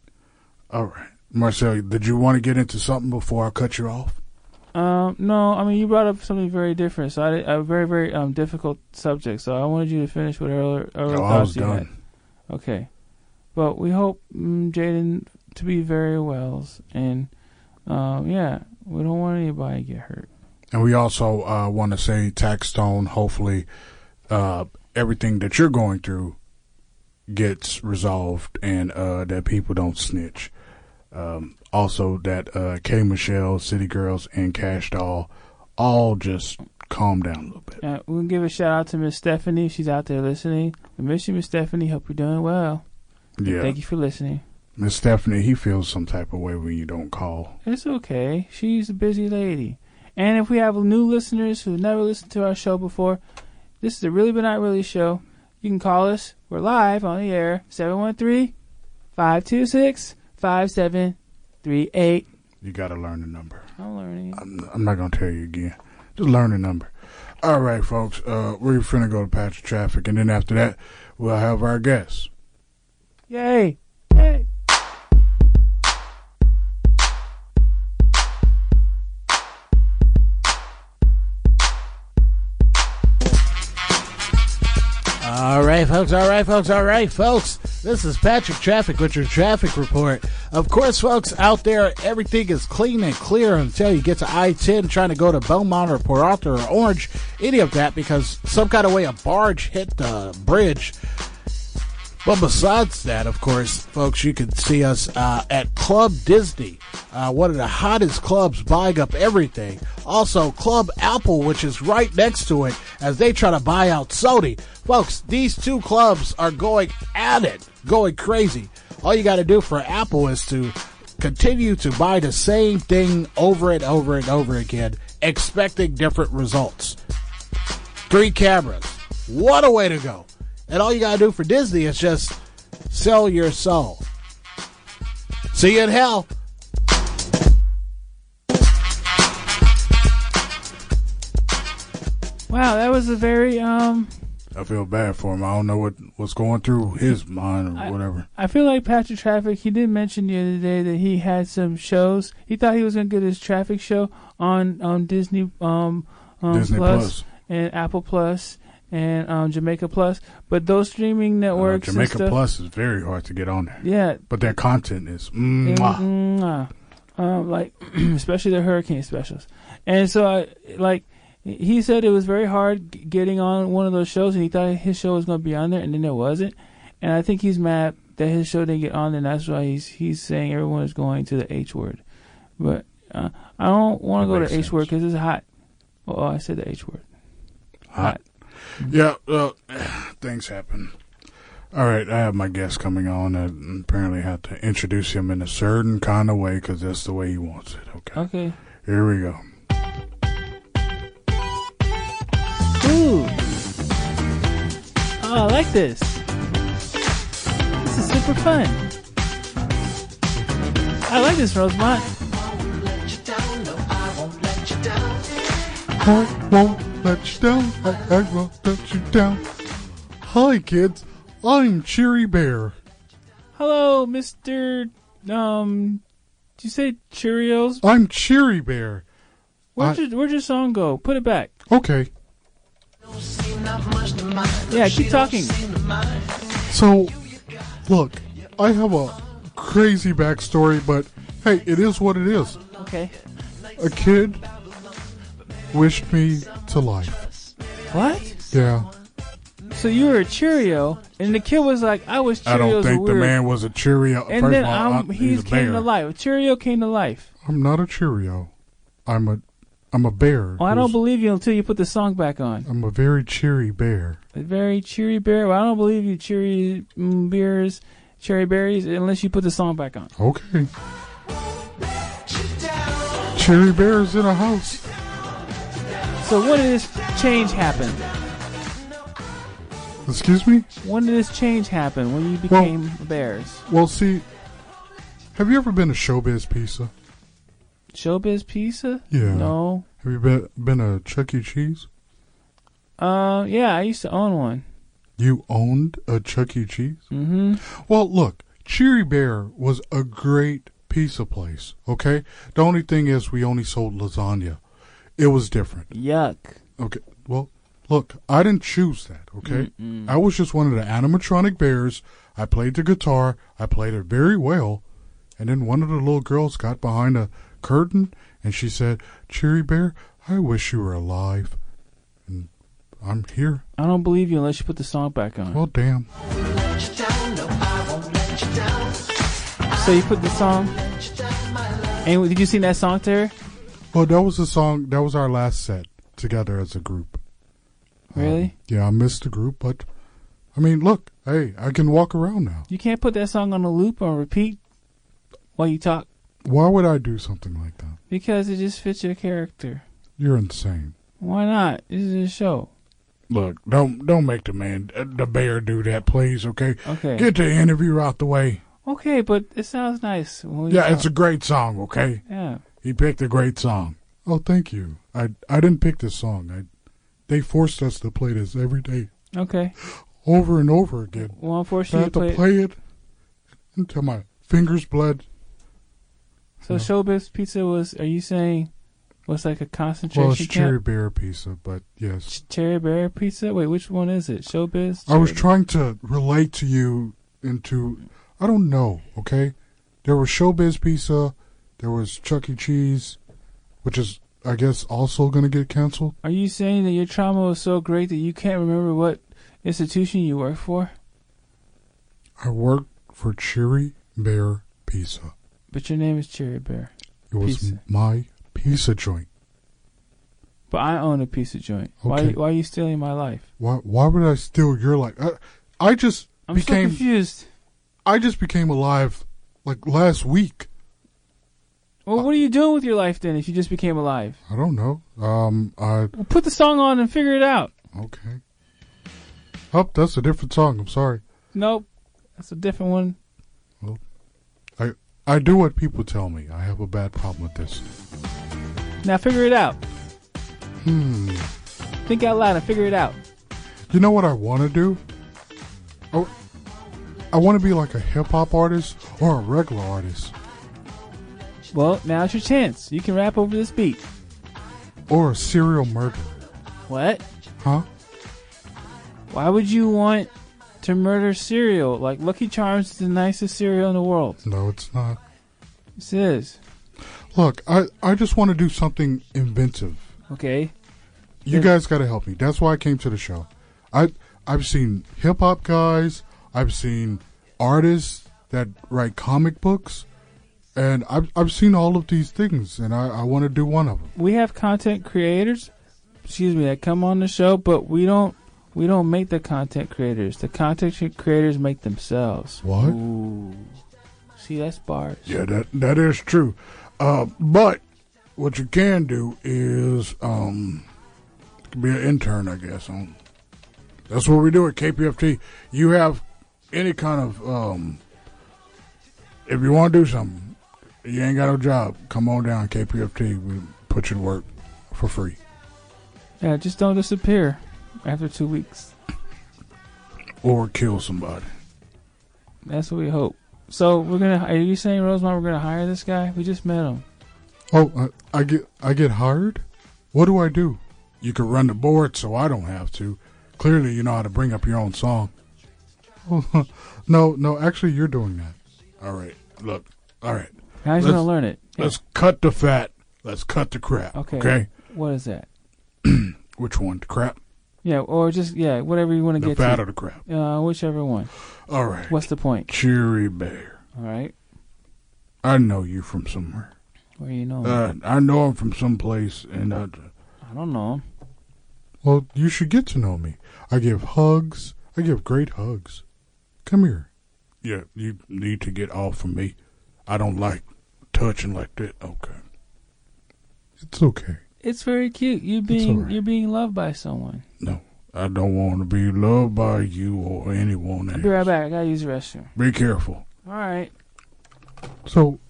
S4: All right. Marcel, did you want to get into something before I cut you off?
S3: Um, no, I mean you brought up something very different. So I did- a very very um difficult subject. So I wanted you to finish whatever other other
S4: No, Oh, I was
S3: thoughts you had.
S4: done.
S3: Okay, but we hope mm, Jaden to be very wells, and um, yeah, we don't want anybody to get hurt.
S4: And we also uh, want to say, Taxstone, hopefully uh, everything that you're going through gets resolved and uh, that people don't snitch. Um, also, that uh, K Michelle, City Girls, and Cash Doll all just calm down a little bit.
S3: Uh, we'll give a shout out to Miss Stephanie. She's out there listening. We miss you, Miss Stephanie. Hope you're doing well.
S4: Yeah.
S3: Thank you for listening.
S4: Miss Stephanie, he feels some type of way when you don't call.
S3: It's okay. She's a busy lady. And if we have new listeners who've never listened to our show before, this is a Really But Not Really show. You can call us. We're live on the air. 713 526 5738.
S4: You got to learn the number.
S3: I'm learning.
S4: I'm, I'm not going to tell you again. Just learn the number. All right, folks. Uh, we're finna go to Patrick Traffic, and then after that, we'll have our guests.
S3: Yay! Yay!
S5: All right, folks. All right, folks. All right, folks. This is Patrick Traffic with your traffic report. Of course, folks, out there, everything is clean and clear until you get to I 10 trying to go to Beaumont or Port Arthur or Orange, any of that, because some kind of way a barge hit the bridge. But besides that, of course, folks, you can see us uh, at Club Disney, uh, one of the hottest clubs buying up everything. Also, Club Apple, which is right next to it, as they try to buy out Sony. Folks, these two clubs are going at it, going crazy. All you got to do for Apple is to continue to buy the same thing over and over and over again, expecting different results three cameras. What a way to go. And all you got to do for Disney is just sell your soul. See you in hell.
S3: Wow, that was a very um.
S4: I feel bad for him. I don't know what, what's going through his mind or whatever.
S3: I feel like Patrick Traffic. He did mention the other day that he had some shows. He thought he was gonna get his traffic show on on Disney um, um
S4: Disney
S3: Plus
S4: Plus.
S3: and Apple Plus and um, Jamaica Plus, but those streaming networks and
S4: Uh, Jamaica
S3: stuff-
S4: Plus is very hard to get on there,
S3: Yeah, Mm-hmm.
S4: but their content is mwah.
S3: Mwah. Um, like especially the hurricane specials. And so I like he said it was very hard g- getting on one of those shows, and he thought his show was going to be on there, and then it wasn't. And I think he's mad that his show didn't get on, and that's why he's he's saying everyone is going to the H word. But uh, I don't want to
S4: That
S3: go
S4: makes
S3: to H word
S4: sense.
S3: because it's hot. Oh, I said the H word.
S4: hot. Yeah, well, things happen. All right, I have my guest coming on. I apparently have to introduce him in a certain kind of way because that's the way he wants it. Okay,
S3: Okay.
S4: here we go.
S3: Ooh. Oh, I like this. This is super fun. I like this, Rosemont.
S4: I won't let you down. I, I won't let you down. Hi, kids. I'm Cheery Bear.
S3: Hello, Mr. Um, did you say Cheerios?
S4: I'm Cheery Bear.
S3: Where'd,
S4: I-
S3: your, where'd your song go? Put it back.
S4: Okay,
S3: Yeah, keep talking.
S4: so look, I have a crazy backstory, but hey, it is what it is.
S3: Okay.
S4: A kid wished me to life.
S3: What?
S4: Yeah.
S3: So you were a Cheerio, and the kid was like, I was Cheerios.
S4: I don't think
S3: were
S4: the
S3: weird.
S4: man was a Cheerio.
S3: And
S4: First
S3: then
S4: of all,
S3: um,
S4: I-
S3: he
S4: he's a
S3: came
S4: bear.
S3: to life. Cheerio came to life.
S4: I'm not a Cheerio. I'm a I'm a bear.
S3: Well, Oh, I don't
S4: who's-
S3: believe you until you put the song back on.
S4: I'm a very cheery bear.
S3: A very cheery bear. Well, I don't believe you cheery mm, beers, cherry berries, unless you put the song back on.
S4: Okay. Cheery bears in a house.
S3: So when did this change happen?
S4: Excuse me?
S3: When did this change happen? When you
S4: Well-
S3: became bears?
S4: Well, see, have you ever been to Showbiz Pizza?
S3: Showbiz pizza?
S4: Yeah.
S3: No.
S4: Have you been been a Chuck E. Cheese?
S3: Uh, yeah, I used to own one.
S4: You owned a Chuck E. Cheese?
S3: Mm-hmm.
S4: Well, look, Cheery Bear was a great pizza place, okay? The only thing is we only sold lasagna. It was different.
S3: Yuck.
S4: Okay. Well, look, I didn't choose that, okay? I was just one of the animatronic bears. I played the guitar. I played it very well. And then one of the little girls got behind a curtain and she said, "Cheery Bear, I wish you were alive." And I'm here.
S3: I don't believe you unless you put the song back on.
S4: Well, damn.
S3: so you put the song. And did you sing that song to her?
S4: Well, that was the song. That was our last set together as a group.
S3: Really?
S4: Yeah, I missed the group, but I mean, look, hey, I can walk around now.
S3: you can't put that song on a loop or repeat while you talk
S4: Why would I do something like that?
S3: because it just fits your character.
S4: You're insane.
S3: Why not? This is a show.
S4: Look, don't don't make the man, uh, the bear, do that, please. Okay,
S3: Okay.
S4: get the interview out the way.
S3: Okay, but it sounds nice. When we
S4: Yeah, it's a great song, okay?
S3: yeah.
S4: He picked a great song. Oh, thank you. I I didn't pick this song. I they forced us to play this every day,
S3: Okay.
S4: over and over again.
S3: Well,
S4: I
S3: unfortunately,
S4: had
S3: you
S4: to play,
S3: played-
S4: it until my fingers bled.
S3: so Showbiz Pizza was. Are you saying was like a concentration
S4: Well, it's cherry
S3: camp?
S4: beer pizza, but yes.
S3: Ch- Cherry Berry Pizza. Wait, which one is it? Showbiz.
S4: I was
S3: Cherry-
S4: trying to relate to you into I don't know, okay? There was Showbiz Pizza, there was Chuck E. Cheese, which is I guess also gonna get canceled.
S3: Are you saying that your trauma was so great that you can't remember what institution you work for,
S4: I worked for Cherry Bear Pizza.
S3: but your name is Cherry Bear?
S4: It was
S3: Pizza.
S4: my pizza joint.
S3: But I own a pizza joint. Why?
S4: Okay.
S3: Why are you stealing my life?
S4: Why why would I steal your life? I, I just
S3: I'm so
S4: became
S3: confused.
S4: I just became alive like last week.
S3: Well, what are you doing with your life then? If you just became alive,
S4: I don't know. Um I
S3: well, put the song on and figure it out.
S4: okay. Oh, that's a different song, I'm sorry.
S3: Nope, that's a different one.
S4: I I do what people tell me. I have a bad problem with this.
S3: Now figure it out.
S4: Hmm.
S3: Think out loud and figure it out.
S4: You know what I want to do? I, I want to be like a hip hop artist or a regular artist
S3: Well, now's your chance. You can rap over this beat.
S4: or a serial murderer.
S3: What?
S4: Huh?
S3: Why would you want to murder cereal? Like Lucky Charms is the nicest cereal in the world.
S4: No, it's not.
S3: This is
S4: Look, I I just want to do something inventive.
S3: okay.
S4: You
S3: Yeah.
S4: guys got to help me. That's why I came to the show. I I've seen hip hop guys, I've seen artists that write comic books, and I've I've seen all of these things, and I, I want to do one of them.
S3: We have content creators, excuse me, that come on the show, but we don't we don't make the content creators. The content cre- creators make themselves.
S4: What?
S3: Ooh. See, that's bars.
S4: Yeah, that that is true. Uh, but what you can do is um, be an intern, I guess. Um, that's what we do at KPFT. You have any kind of um, if you want to do something, you ain't got no job. Come on down, KPFT. We put you to work for free.
S3: Yeah, just don't disappear after two weeks.
S4: Or kill somebody.
S3: That's what we hope. So we're gonna. Are you saying Rosemont? We're gonna hire this guy? We just met him.
S4: Oh, I, I get I get hired. What do I do? You could run the board, so I don't have to. Clearly, you know how to bring up your own song. Oh, no, no, actually, you're doing that. All right, look, all right.
S3: Now he's
S4: Let's-
S3: gonna learn it. Yeah.
S4: Let's cut the fat. Let's cut the crap.
S3: Okay.
S4: Okay.
S3: What is that?
S4: Which one? The crap.
S3: Yeah, or just yeah, whatever you want to
S4: The
S3: get
S4: fat
S3: to.
S4: or the crap.
S3: Uh, whichever one.
S4: All right.
S3: What's the point?
S4: Cheery bear.
S3: All right,
S4: I know you from somewhere.
S3: where you know? him?
S4: Uh, I know I'm from someplace, and I.
S3: I don't know. him.
S4: Well, you should get to know me. I give hugs. I give great hugs. Come here. Yeah, you need to get off of me. I don't like touching like that. Okay. It's okay.
S3: It's very cute. You being
S4: all right.
S3: you're being loved by someone.
S4: No, I don't want to be loved by you or anyone else.
S3: I'll be right back. I gotta use the restroom.
S4: Be careful.
S3: All right.
S4: So,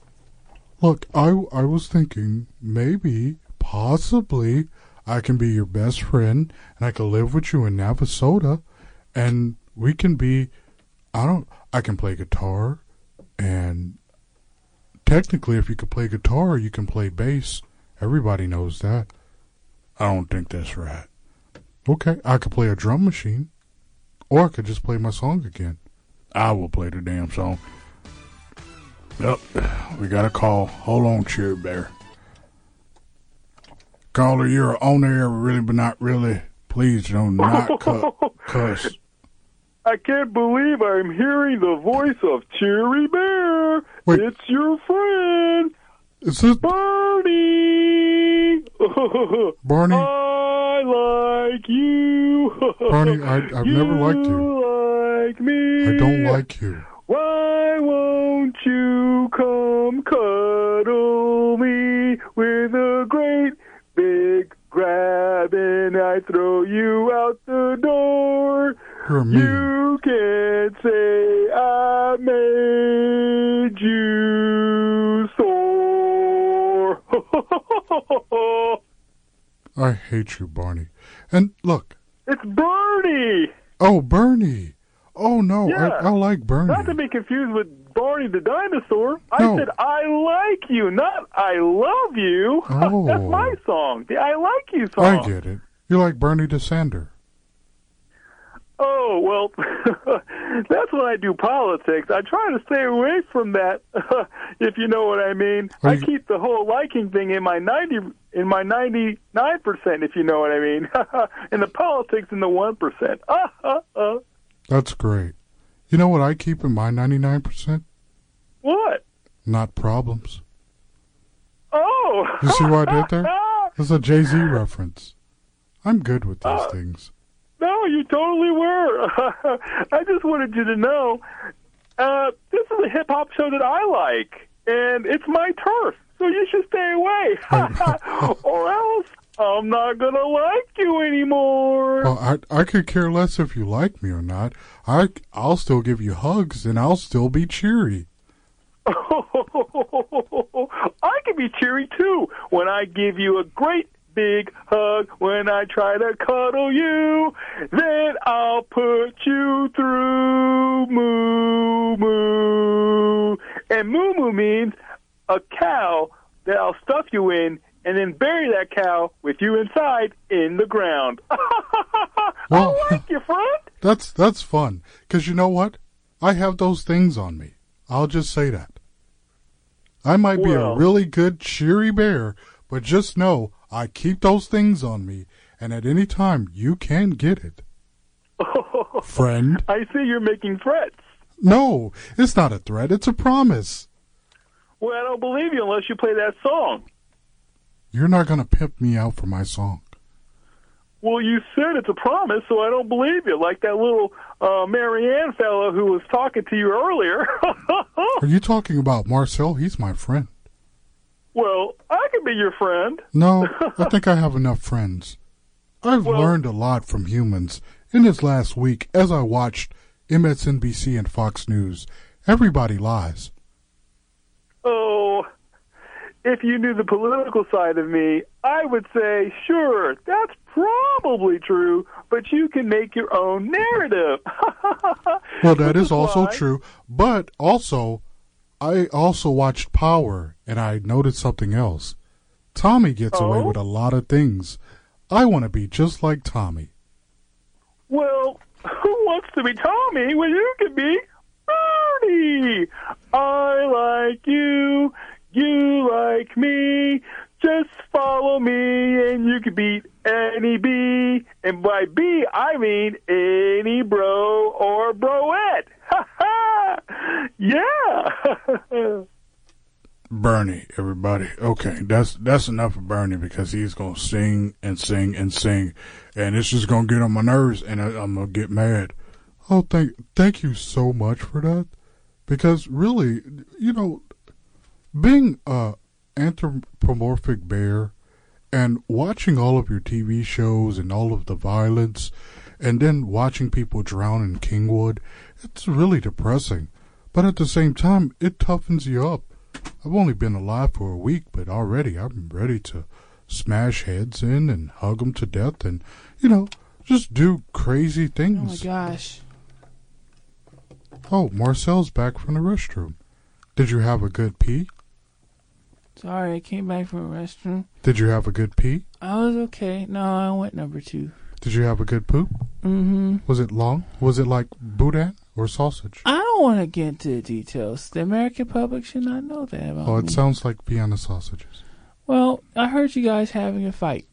S4: look, I, I was thinking maybe, possibly, I can be your best friend and I can live with you in Navasota and we can be, I don't, I can play guitar and technically, if you can play guitar, you can play bass. Everybody knows that. I don't think that's right. Okay, I could play a drum machine or I could just play my song again. I will play the damn song. Yep, we got a call. Hold on, Cherry Bear. Caller, you're on air, really, but not really. Please do not cu- cuss.
S6: I can't believe I'm hearing the voice of Cheery Bear.
S4: Wait.
S6: It's your friend,
S4: Is this
S6: Barney.
S4: Barney?
S6: I like you.
S4: Barney, I, I've never liked you.
S6: You like me.
S4: I don't like you.
S6: Why won't you come cuddle me with a great big grab and I throw you out the door?
S4: You're mean.
S6: You can't say I made did you soar?
S4: I hate you, Barney. And look,
S6: it's Bernie!
S4: oh, Bernie. Oh, no,
S6: Yeah.
S4: I, I like
S6: Not to
S4: Bernie.
S6: be confused with Barney the dinosaur. I
S4: Hmm. No.
S6: said I like you, not I love you.
S4: Oh.
S6: That's my song. The I like you song.
S4: I get it. You like Bernie DeSander.
S6: Oh well, that's when I do politics. I try to stay away from that, if you know what I mean.
S4: Are
S6: I
S4: you-
S6: keep the whole liking thing in my ninety in my ninety nine percent, if you know what I mean, and the politics in the one percent. Uh,
S4: That's great. You know what I keep in my 99%?
S6: What?
S4: Not problems.
S6: Oh, Ah!
S4: You see what I did there? That's a Jay Z reference. I'm good with
S6: Uh,
S4: these things.
S6: No, you totally were. I just wanted you to know uh, this is a hip hop show that I like, and it's my turf, so you should stay away, or else I'm not gonna like you anymore.
S4: Well, I I could care less if you like me or not. I I'll still give you hugs and I'll still be cheery.
S6: I can be cheery too when I give you a great big hug when I try to cuddle you. Then I'll put you through moo moo. And moo moo means a cow that I'll stuff you in and then bury that cow with you inside in the ground.
S4: Well,
S6: Thank you, friend.
S4: that's that's fun because you know what? I have those things on me. I'll just say that. I might be a
S6: Well.
S4: really good cheery bear, but just know I keep those things on me, and at any time you can get it, friend.
S6: I see you're making threats.
S4: No, it's not a threat. It's a promise.
S6: Well, I don't believe you unless you play that song.
S4: You're not gonna pimp me out for my song.
S6: Well, you said it's a promise, so I don't believe you. Like that little uh, Marianne fella who was talking to you earlier.
S4: Are you talking about Marcel? He's my friend.
S6: well, I could be your friend.
S4: No, I think I have enough friends. I've
S6: Well-
S4: learned a lot from humans in this last week as I watched MSNBC and Fox News. Everybody lies.
S6: Oh, if you knew the political side of me, I would say, sure, that's probably true, but you can make your own narrative.
S4: Well, that
S6: Which
S4: is also
S6: why-
S4: true, but also, I also watched Power and I noticed something else. Tommy gets away
S6: Oh?
S4: with a lot of things. I want to be just like Tommy.
S6: Well, who wants to be Tommy when you can be Bernie? I like you, you like me. Just follow me and you can beat any bee. And by bee, I mean any bro or broette. Ha ha! Yeah!
S4: Bernie, everybody. Okay, that's that's enough of Bernie because he's gonna sing and sing and sing, and it's just gonna get on my nerves, and I, I'm gonna get mad. Oh, thank thank you so much for that, because really, you know, being a anthropomorphic bear and watching all of your TV shows and all of the violence, and then watching people drown in Kingwood, it's really depressing. But at the same time, it toughens you up. I've only been alive for a week, but already I'm ready to smash heads in and hug them to death and, you know, just do crazy
S3: Oh my
S4: things.
S3: gosh.
S4: oh Marcel's back from the restroom. Did you have a good pee?
S3: Sorry, I came back from the restroom.
S4: Did you have a good pee?
S3: I was okay. No, I went number two.
S4: Did you have a good poop?
S3: Mm-hmm.
S4: Was it long? Was it like boudin or sausage?
S3: I don't want to get into the details. The American public should not know that about
S4: Oh,
S3: me.
S4: it sounds like Vienna sausages.
S3: well, I heard you guys having a fight.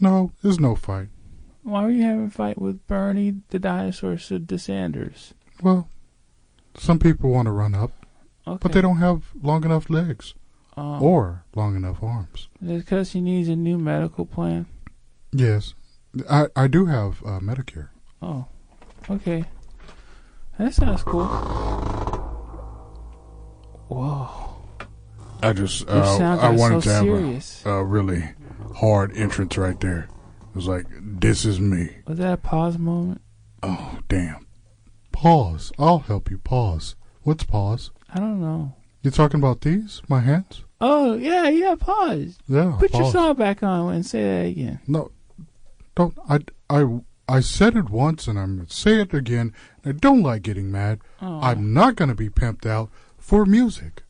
S4: No, there's no fight.
S3: Why were you having a fight with Bernie the dinosaur so DeSanders?
S4: Well, some people want to run up,
S3: Okay.
S4: but they don't have long enough legs
S3: Uh,
S4: or long enough arms.
S3: because he needs a new medical plan.
S4: Yes, I, I do have uh, Medicare.
S3: Oh, okay. That sounds cool. Whoa.
S4: I just
S3: Your sound got so
S4: a-
S3: serious.
S4: a, really hard entrance right there. It was like, this is me.
S3: Was that a pause moment?
S4: Oh, damn. Pause. I'll help you pause. What's pause?
S3: I don't know.
S4: You're talking about these? My hands?
S3: Oh, yeah, yeah, pause.
S4: Yeah.
S3: Put your
S4: pause.
S3: song back on and say that again.
S4: No, don't. I, I, I said it once and I'm going to say it again. I don't like getting mad. I'm not going to be pimped out for music.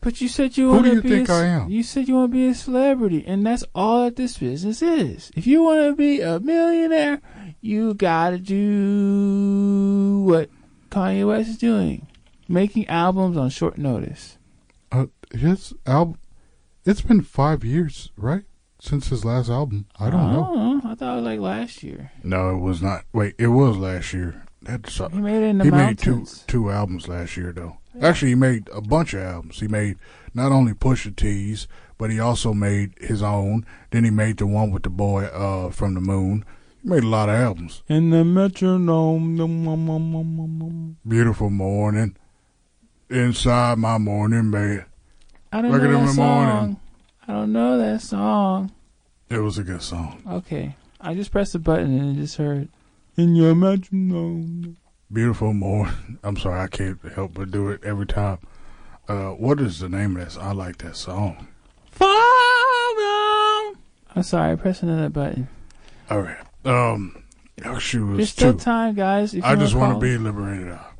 S3: But you said you
S4: Who
S3: want
S4: do
S3: to
S4: you
S3: be.
S4: think
S3: a,
S4: I am?
S3: You said you want to be a celebrity, and that's all that this business is. If you want to be a millionaire, you gotta do what Kanye West is doing, making albums on short notice.
S4: Uh, his album, it's been five years, right? Since his last album. I don't know.
S3: don't know. Oh, I thought it was like last year.
S4: No, it was not. Wait, it was last year. That's uh,
S3: He made it in the
S4: he made two
S3: mountains.
S4: two albums last year though. Actually, he made a bunch of albums. He made not only Pusha T's, but he also made his own. Then he made the one with the boy uh, from the moon. He made a lot of albums.
S3: In the metronome, dum, dum, dum, dum, dum, dum.
S4: Beautiful morning, inside my morning bed.
S3: I don't
S4: Look at
S3: know
S4: him in
S3: that
S4: the
S3: song.
S4: morning.
S3: I don't know that song.
S4: It was a good song.
S3: Okay, I just pressed the button and I just heard. In your metronome.
S4: Beautiful morning. I'm sorry, I can't help but do it every time. Uh, what is the name of that? Song? I like that song.
S3: Follow. I'm sorry, press another button.
S4: All right. Um, actually, it was
S3: There's
S4: two.
S3: still time, guys. If you
S4: I just
S3: want
S4: want to be liberated. uh, out.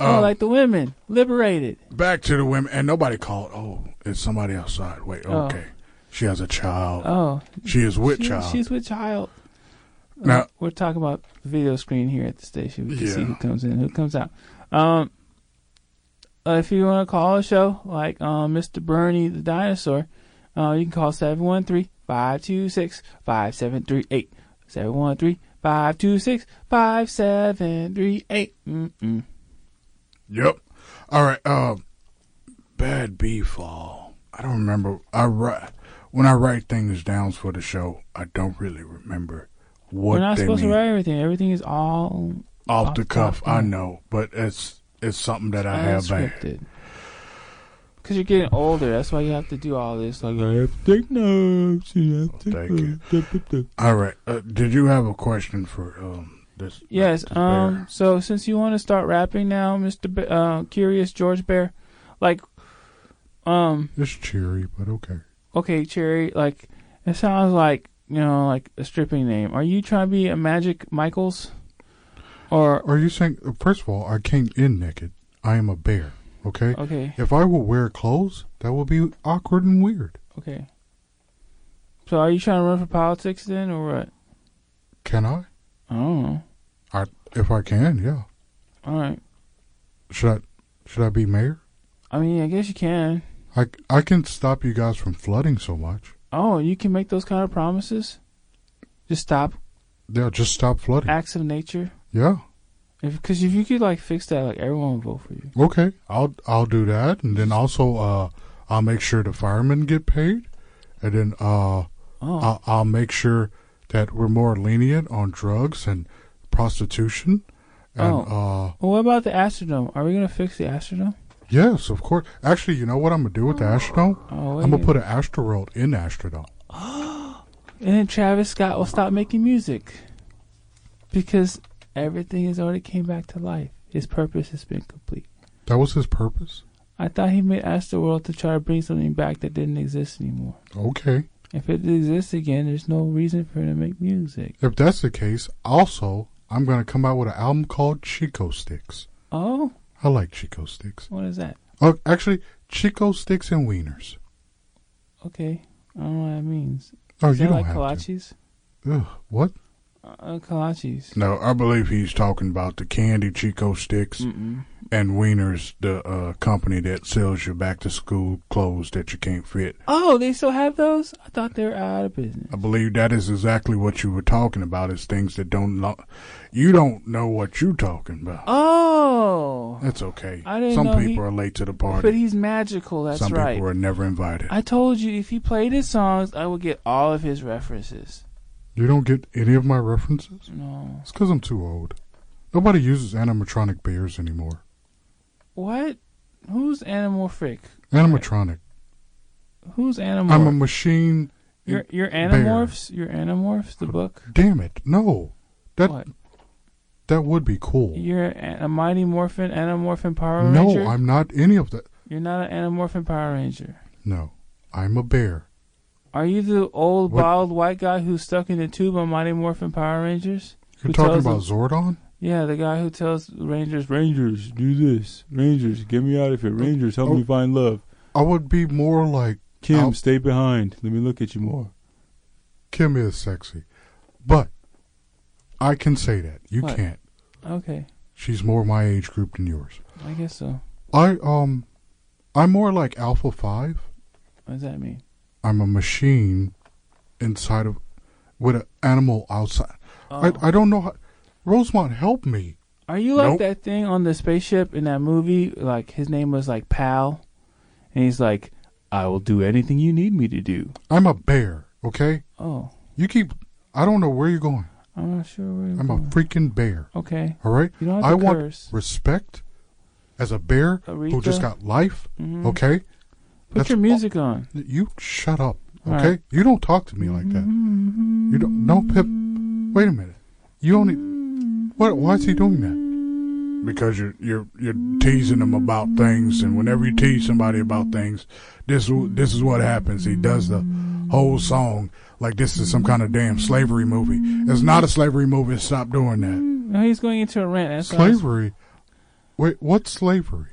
S3: oh,
S4: Um,
S3: like the women, liberated.
S4: back to the women, and nobody called. Oh, it's somebody outside. Wait,
S3: Oh.
S4: okay. She has a child.
S3: Oh,
S4: she is with
S3: she-
S4: child.
S3: She's with child.
S4: Now-
S3: we're talking about video screen here at the station. We can see
S4: Yeah.
S3: who comes in, who comes out. Um, uh, if you want to call a show like um, Mr. Bernie the dinosaur, uh, you can call 713-526-5738. 713-526-5738. Mm-mm.
S4: Yep. All right. Uh, bad B fall. I don't remember. I write when I write things down for the show. I don't really remember what
S3: We're not
S4: they
S3: supposed
S4: mean.
S3: to write everything. Everything is all
S4: off,
S3: off
S4: the
S3: the
S4: cuff.
S3: cuff,
S4: I
S3: yeah.
S4: know, but it's it's something that I have back.
S3: unscripted. Because you're getting older, that's why you have to do all this. Like I have to take notes. You have to
S4: Thank you.
S3: da, da, da.
S4: All right. Uh, did you have a question for um this?
S3: Yes.
S4: this bear?
S3: Um. So since you want to start rapping now, Mister Be- uh, Curious George Bear, like, um,
S4: It's cheery, but okay.
S3: okay, Cherry, like, it sounds like you know, like a stripping name. Are you trying to be a Magic Michaels? Or
S4: Are you saying, first of all, I came in naked. I am a bear, okay?
S3: okay,
S4: If I will wear clothes, that will be awkward and weird.
S3: okay. So are you trying to run for politics then, or what?
S4: Can I?
S3: I don't know.
S4: I if I can, yeah.
S3: All right.
S4: Should I should I be mayor?
S3: I mean, I guess you can.
S4: I, I can stop you guys from flooding so much.
S3: Oh, you can make those kind of promises? Just stop
S4: Yeah, just stop flooding.
S3: acts of nature?
S4: yeah.
S3: Because if, you could, like, fix that, like, everyone would vote for you.
S4: Okay. I'll I'll do that and then also uh I'll make sure the firemen get paid and then uh
S3: Oh,
S4: I'll, I'll make sure that we're more lenient on drugs and prostitution and uh
S3: well, what about the Astrodome? Are we going to fix the Astrodome?
S4: Yes, of course. Actually, you know what I'm gonna do with the Astrodome?
S3: Oh, wait.
S4: I'm gonna put an Astroworld in Astrodome.
S3: And then Travis Scott will stop making music. Because everything has already came back to life. His purpose has been complete.
S4: That was his purpose.
S3: I thought he made Astroworld to try to bring something back that didn't exist anymore.
S4: Okay.
S3: If it exists again, there's no reason for him to make music.
S4: If that's the case, also I'm gonna come out with an album called Chico Sticks.
S3: Oh,
S4: I like Chico Sticks.
S3: what is that?
S4: Oh, actually, Chico Sticks and Wieners.
S3: Okay, I don't know what that means.
S4: Oh,
S3: Is
S4: you
S3: that
S4: don't
S3: like
S4: have to.
S3: kolaches?
S4: Ugh, what?
S3: Uh, kolaches.
S4: No, I believe he's talking about the candy Chico Sticks
S3: Mm-mm.
S4: and Wieners, the uh, company that sells you back to school clothes that you can't fit.
S3: Oh, they still have those? I thought they were out of business.
S4: I believe that is exactly what you were talking about. Is things that don't know, you don't know what you're talking about.
S3: Oh,
S4: That's okay.
S3: I didn't
S4: Some
S3: know
S4: people
S3: he-
S4: are late to the
S3: but
S4: party.
S3: he's magical. That's
S4: Some
S3: right.
S4: people are never invited.
S3: I told you if he played his songs, I would get all of his references.
S4: You don't get any of my references.
S3: No,
S4: It's because I'm too old. Nobody uses animatronic bears anymore.
S3: what? Who's anamorphic?
S4: Animatronic.
S3: Who's anamorph?
S4: I'm a machine.
S3: Your your
S4: bear.
S3: anamorphs. Your anamorphs. The book.
S4: Damn it! No, that
S3: what?
S4: that would be cool.
S3: You're a, a mighty morphin anamorphin power
S4: no,
S3: ranger.
S4: I'm not any of that.
S3: You're not an anamorphin Power Ranger.
S4: No, I'm a bear.
S3: Are you the old
S4: What-
S3: bald white guy who's stuck in the tube on Mighty Morphin Power Rangers?
S4: You're
S3: Who
S4: talking
S3: tells
S4: about
S3: them-
S4: Zordon?
S3: Yeah, the guy who tells Rangers, Rangers, do this. Rangers, get me out of here. Rangers, help me
S4: Oh.
S3: find love.
S4: I would be more like
S3: Kim,
S4: I'll-
S3: stay behind. Let me look at you more.
S4: Kim is sexy, but I can say that you
S3: What?
S4: can't.
S3: Okay,
S4: She's more my age group than yours.
S3: I guess so.
S4: I um, I'm more like Alpha Five.
S3: What does that mean?
S4: I'm a machine inside of with an animal outside.
S3: Oh.
S4: I I don't know. How, Rosemont, help me.
S3: Are you like
S4: Nope.
S3: that thing on the spaceship in that movie? Like his name was like Pal, and he's like, "I will do anything you need me to do."
S4: I'm a bear. Okay,
S3: Oh,
S4: you keep. I don't know where you're going.
S3: I'm not sure where you're
S4: I'm a
S3: going.
S4: freaking bear.
S3: okay.
S4: All right.
S3: Mm-hmm. You don't have to
S4: I want
S3: curse.
S4: respect as a bear who
S3: Aretha.
S4: just got life.
S3: Mhm.
S4: Okay.
S3: Put
S4: That's-
S3: your music on.
S4: You shut up,
S3: All
S4: okay?
S3: right.
S4: You don't talk to me like that. You don't. No, Pip. Wait a minute. You only. What? Why is he doing that? Because you're you're you're teasing him about things, and whenever you tease somebody about things, this this is what happens. He does the whole song like this is some kind of damn slavery movie. It's not a slavery movie. Stop doing that.
S3: No, he's going into a rant. That's why I was-
S4: Slavery. Wait, what's slavery?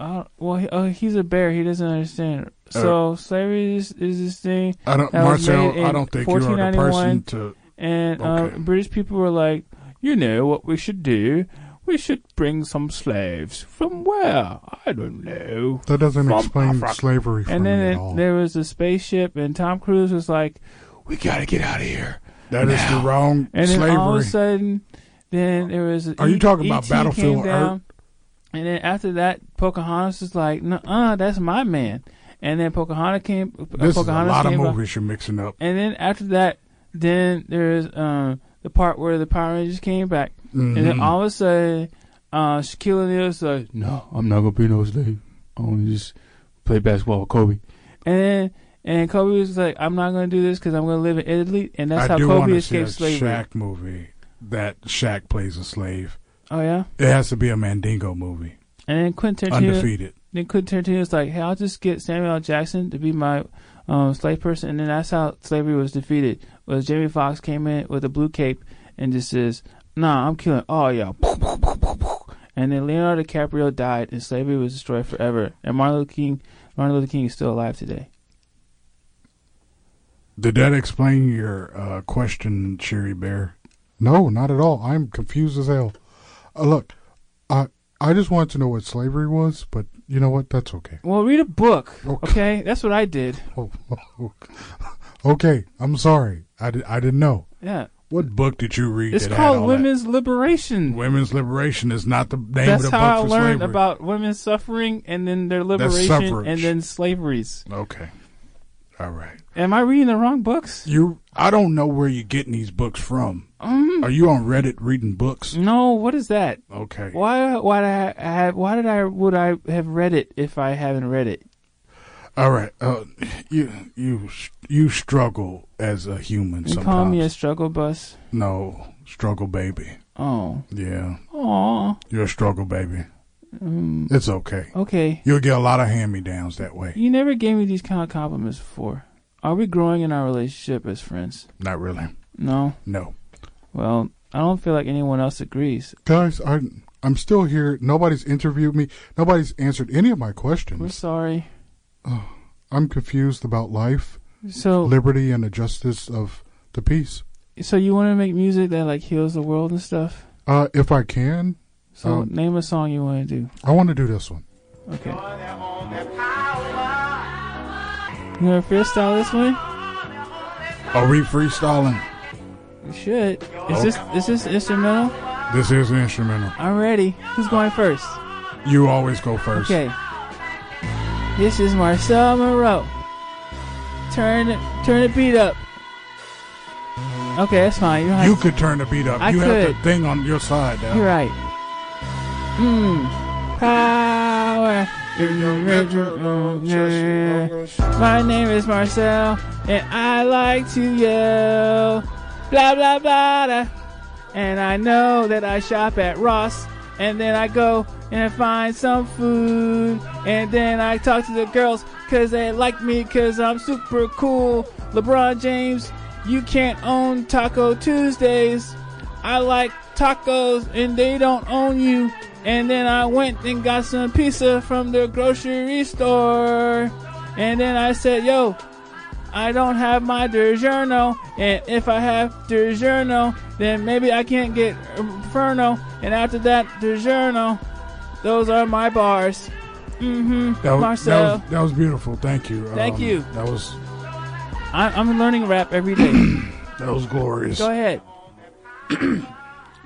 S3: I don't- well, he, oh, he's a bear. He doesn't understand. So slavery is, is this thing,
S4: I don't,
S3: That was
S4: Marcel.
S3: made in
S4: I don't think you are the
S3: 1491.
S4: person to.
S3: and
S4: Okay.
S3: uh, British people were like, you know what we should do? We should bring some slaves from where? I don't know.
S4: That doesn't
S3: From
S4: explain
S3: Africa.
S4: slavery for
S3: And
S4: me
S3: then
S4: at all.
S3: it, there was a spaceship, and Tom Cruise was like, "We gotta get out of here."
S4: That is the wrong
S3: And then
S4: slavery.
S3: all of a sudden, then there was. E
S4: Are you talking about Battlefield Earth?
S3: Earth? And then after that, Pocahontas was like, "Nuh-uh, that's my man." And then Pocahontas came. uh,
S4: this is a
S3: Pocahontas
S4: lot of
S3: came by-
S4: movies you're mixing up.
S3: And then after that, then there's um, the part where the Power Rangers came back, and then
S4: Mhm.
S3: all of a sudden, uh, Shaquille O'Neal's like, "No, I'm not gonna be no slave. I want to just play basketball with Kobe." And then, and Kobe was like, "I'm not gonna do this because I'm gonna live in Italy," and that's
S4: I
S3: how
S4: do
S3: Kobe
S4: wanna see a
S3: escaped slavery.
S4: Shaq movie that Shaq plays a slave.
S3: Oh yeah.
S4: It has to be a Mandingo movie.
S3: And then Quentin Tarantino,
S4: Undefeated.
S3: then Quentin Tarantino was like, "Hey, I'll just get Samuel L. Jackson to be my um, slave person," and then that's how slavery was defeated. Was Jamie Foxx came in with a blue cape and just says, "Nah, I'm killing all y'all," and then Leonardo DiCaprio died, and slavery was destroyed forever. And Martin Luther King, Martin Luther King is still alive today.
S4: Did that explain your uh, question, Cherry Bear? No, not at all. I'm confused as hell. Uh, look, I I just wanted to know what slavery was, but you know what? That's okay.
S3: Well, read a book,
S4: Okay.
S3: okay? That's what I did.
S4: Okay, I'm sorry. I, di- I didn't know.
S3: Yeah,
S4: What book did you read?
S3: it's
S4: that had
S3: called
S4: all that?
S3: Women's Liberation.
S4: Women's liberation is not the name
S3: That's
S4: of the book
S3: how I
S4: for
S3: learned
S4: slavery.
S3: about women's suffering and then their liberation
S4: suffrage.
S3: and then slaveries.
S4: Okay. All right.
S3: Am I reading the wrong books?
S4: You I don't know where you're getting these books from.
S3: Um,
S4: Are you on Reddit reading books?
S3: no. What is that?
S4: Okay.
S3: Why? Why did I have? Why did I? Would I have read it if I haven't read it?
S4: All right. Uh, you you you struggle as a human
S3: You
S4: sometimes.
S3: call me a struggle bus.
S4: no, struggle baby.
S3: Oh.
S4: Yeah.
S3: Oh.
S4: You're a struggle baby.
S3: Um,
S4: It's okay.
S3: okay.
S4: You'll get a lot of hand-me-downs that way.
S3: You never gave me these kind of compliments before. Are we growing in our relationship as friends?
S4: Not really.
S3: No.
S4: No.
S3: Well, I don't feel like anyone else agrees.
S4: Guys, I I'm still here. Nobody's interviewed me. Nobody's answered any of my
S3: We're
S4: questions.
S3: sorry.
S4: I'm confused about life,
S3: So,
S4: liberty and the justice of the peace.
S3: so you want to make music that like heals the world and stuff?
S4: Uh, if I can,
S3: So,
S4: Um,
S3: name a song you want to do.
S4: I want to do this one.
S3: Okay. You gonna freestyle this one?
S4: Are we freestyling?
S3: You should. Is this is this instrumental?
S4: This is an instrumental.
S3: I'm ready. Who's going first?
S4: You always go first.
S3: Okay. This is Marcel Monroe. Turn it, turn the beat up. Okay, that's fine. You don't have
S4: You
S3: to-
S4: could turn the beat up.
S3: I
S4: you have the
S3: could.
S4: thing on your side. Now.
S3: You're right. Mm. Power. in the rhythm, yeah. My name is Marcel, and I like to yell. Blah, blah, blah, da. And I know that I shop at Ross, and then I go and find some food, and then I talk to the girls because they like me because I'm super cool. LeBron James, you can't own Taco Tuesdays. I like tacos and they don't own you. And then I went and got some pizza from the grocery store. And then I said, yo, I don't have my DiGiorno, and if I have DiGiorno, then maybe I can't get Inferno, and after that, DiGiorno. Those are my bars. Mm-hmm.
S4: That was,
S3: Marcel,
S4: That was, that was beautiful. Thank you. Um,
S3: Thank you.
S4: That was
S3: I, I'm learning rap every day.
S4: that was glorious.
S3: Go ahead.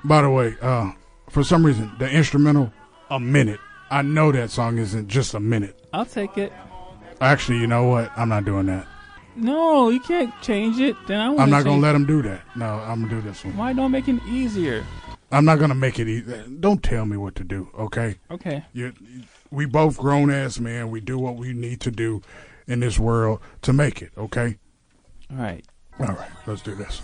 S4: By the way, uh, for some reason, the instrumental, a minute. I know that song isn't just a minute.
S3: I'll take it.
S4: Actually, you know what? I'm not doing that.
S3: No, you can't change it. Then I want
S4: I'm not gonna let him do that. No, I'm gonna do this one.
S3: Why don't make it easier?
S4: I'm not gonna make it easy. Don't tell me what to do, okay?
S3: Okay.
S4: You, we both grown ass men. We do what we need to do in this world to make it, okay?
S3: All right.
S4: All right, let's do this.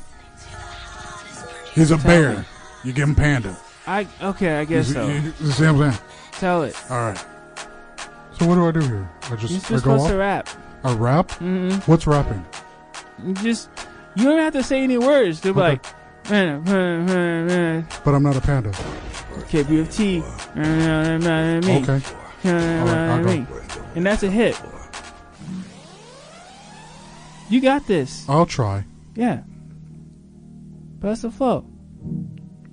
S4: He's a bear. You give him panda.
S3: I okay. I
S4: You,
S3: guess so.
S4: you- you see what I'm saying?
S3: Tell it.
S4: All right. So what do I do here? I
S3: You're
S4: just I
S3: just
S4: go
S3: supposed
S4: off?
S3: to rap.
S4: I rap?
S3: Mm-hmm.
S4: What's rapping?
S3: You just you don't have to say any words. They're like. KBFT.
S4: But I'm not a panda.
S3: Okay.
S4: Okay.
S3: Uh,
S4: I'll go.
S3: And that's a hit. You got this.
S4: I'll try.
S3: Yeah. Bust the flow.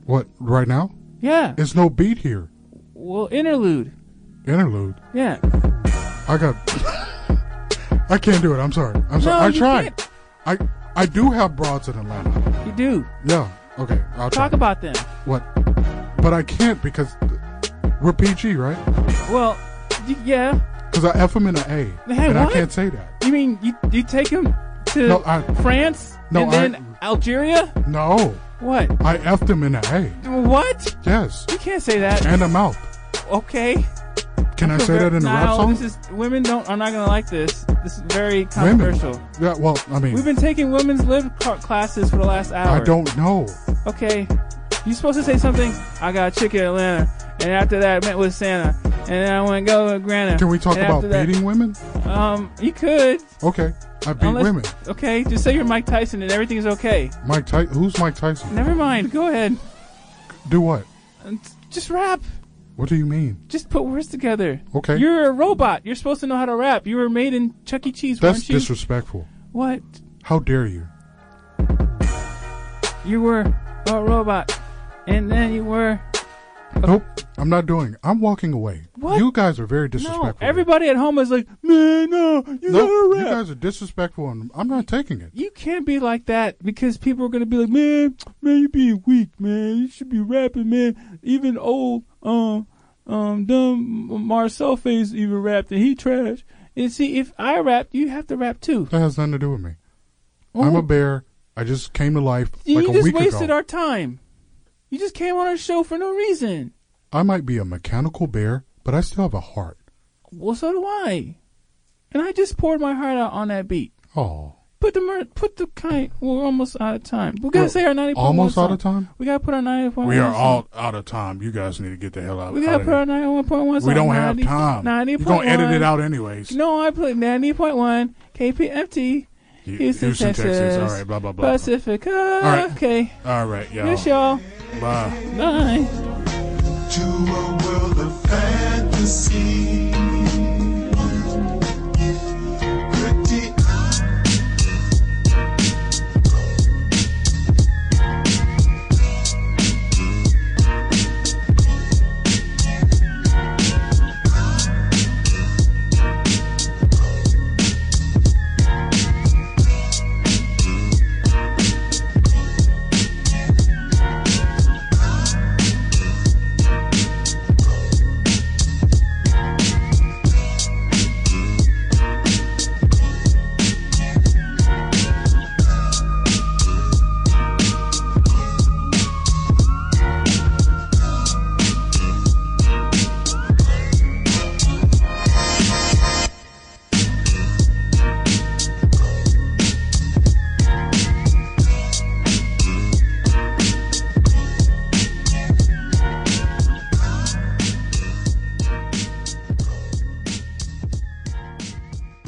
S4: What, right now?
S3: Yeah.
S4: It's no beat here.
S3: Well, interlude.
S4: Interlude.
S3: Yeah.
S4: I got. I can't do it. I'm sorry. I'm sorry.
S3: No,
S4: I
S3: you
S4: tried. I I do have broads in Atlanta.
S3: You do.
S4: Yeah. Okay. I'll
S3: Talk
S4: try.
S3: about them.
S4: what. But I can't because we're PG, right?
S3: Well, y- yeah.
S4: Because I F them in an A,
S3: Hey,
S4: and
S3: what?
S4: I can't say that.
S3: You mean you, you take him to
S4: No, I-
S3: France
S4: No,
S3: and then Algeria?
S4: No,
S3: What?
S4: I F them in an A.
S3: What?
S4: Yes,
S3: You can't say that.
S4: and a mouth.
S3: Okay.
S4: Can I say that in a
S3: no,
S4: rap song?
S3: This is, women don't are not gonna like this. This is very controversial.
S4: Yeah. Well, I mean,
S3: We've been taking women's lib ca- classes for the last hour.
S4: I don't know.
S3: Okay. You supposed to say something? I got a chick in Atlanta, and after that I met with Santa, and then I went to go with Grana.
S4: Can we talk
S3: and
S4: about
S3: after that-
S4: beating women?
S3: Um, you could.
S4: Okay, I beat
S3: unless-
S4: women.
S3: Okay, just say you're Mike Tyson, and everything's okay.
S4: Mike Ty- Who's Mike Tyson?
S3: Never mind. Go ahead.
S4: Do what?
S3: And t- Just rap.
S4: What do you mean?
S3: Just put words together.
S4: Okay.
S3: You're a robot. You're supposed to know how to rap. You were made in Chuck E. Cheese,
S4: That's
S3: weren't you?
S4: disrespectful.
S3: what?
S4: How dare you?
S3: You were a robot, and then you were
S4: Nope, I'm not doing. it. I'm walking away.
S3: What?
S4: You guys are very
S3: no.
S4: disrespectful.
S3: Everybody at home is like, man, no, you
S4: Nope,
S3: gotta
S4: you
S3: rap.
S4: guys are disrespectful, and I'm not taking it.
S3: you can't be like that because people are gonna be like, man, man, you being weak, man. You should be rapping, man. Even old, um, um, dumb Marcel face even rapped, and he trash. And see, if I rapped, you have to rap too.
S4: That has nothing to do with me. I'm a bear. I just came to life
S3: Oh. you
S4: like a
S3: just
S4: week
S3: wasted
S4: ago.
S3: our time. You just came on our show for no reason.
S4: I might be a mechanical bear, but I still have a heart.
S3: Well, so do I. And I just poured my heart out on that beat.
S4: Oh,
S3: Put the mer- put the kind. We're almost out of time. We gotta
S4: We're
S3: say our ninety.
S4: almost out of time.
S3: We gotta put our ninety point one.
S4: We are all out of time. You guys need to get the hell out,
S3: We
S4: out
S3: gotta
S4: of
S3: put our
S4: here.
S3: ninety one point one.
S4: We don't have time.
S3: Ninety
S4: You're
S3: point one.
S4: gonna edit it out anyways.
S3: No, I put ninety point one. KPFT.
S4: You-
S3: Houston, Texas.
S4: All right, blah blah blah.
S3: Pacifica.
S4: right.
S3: Okay.
S4: All right, y'all.
S3: Yes, y'all.
S4: Bye.
S3: Bye.
S2: to a world of fantasy.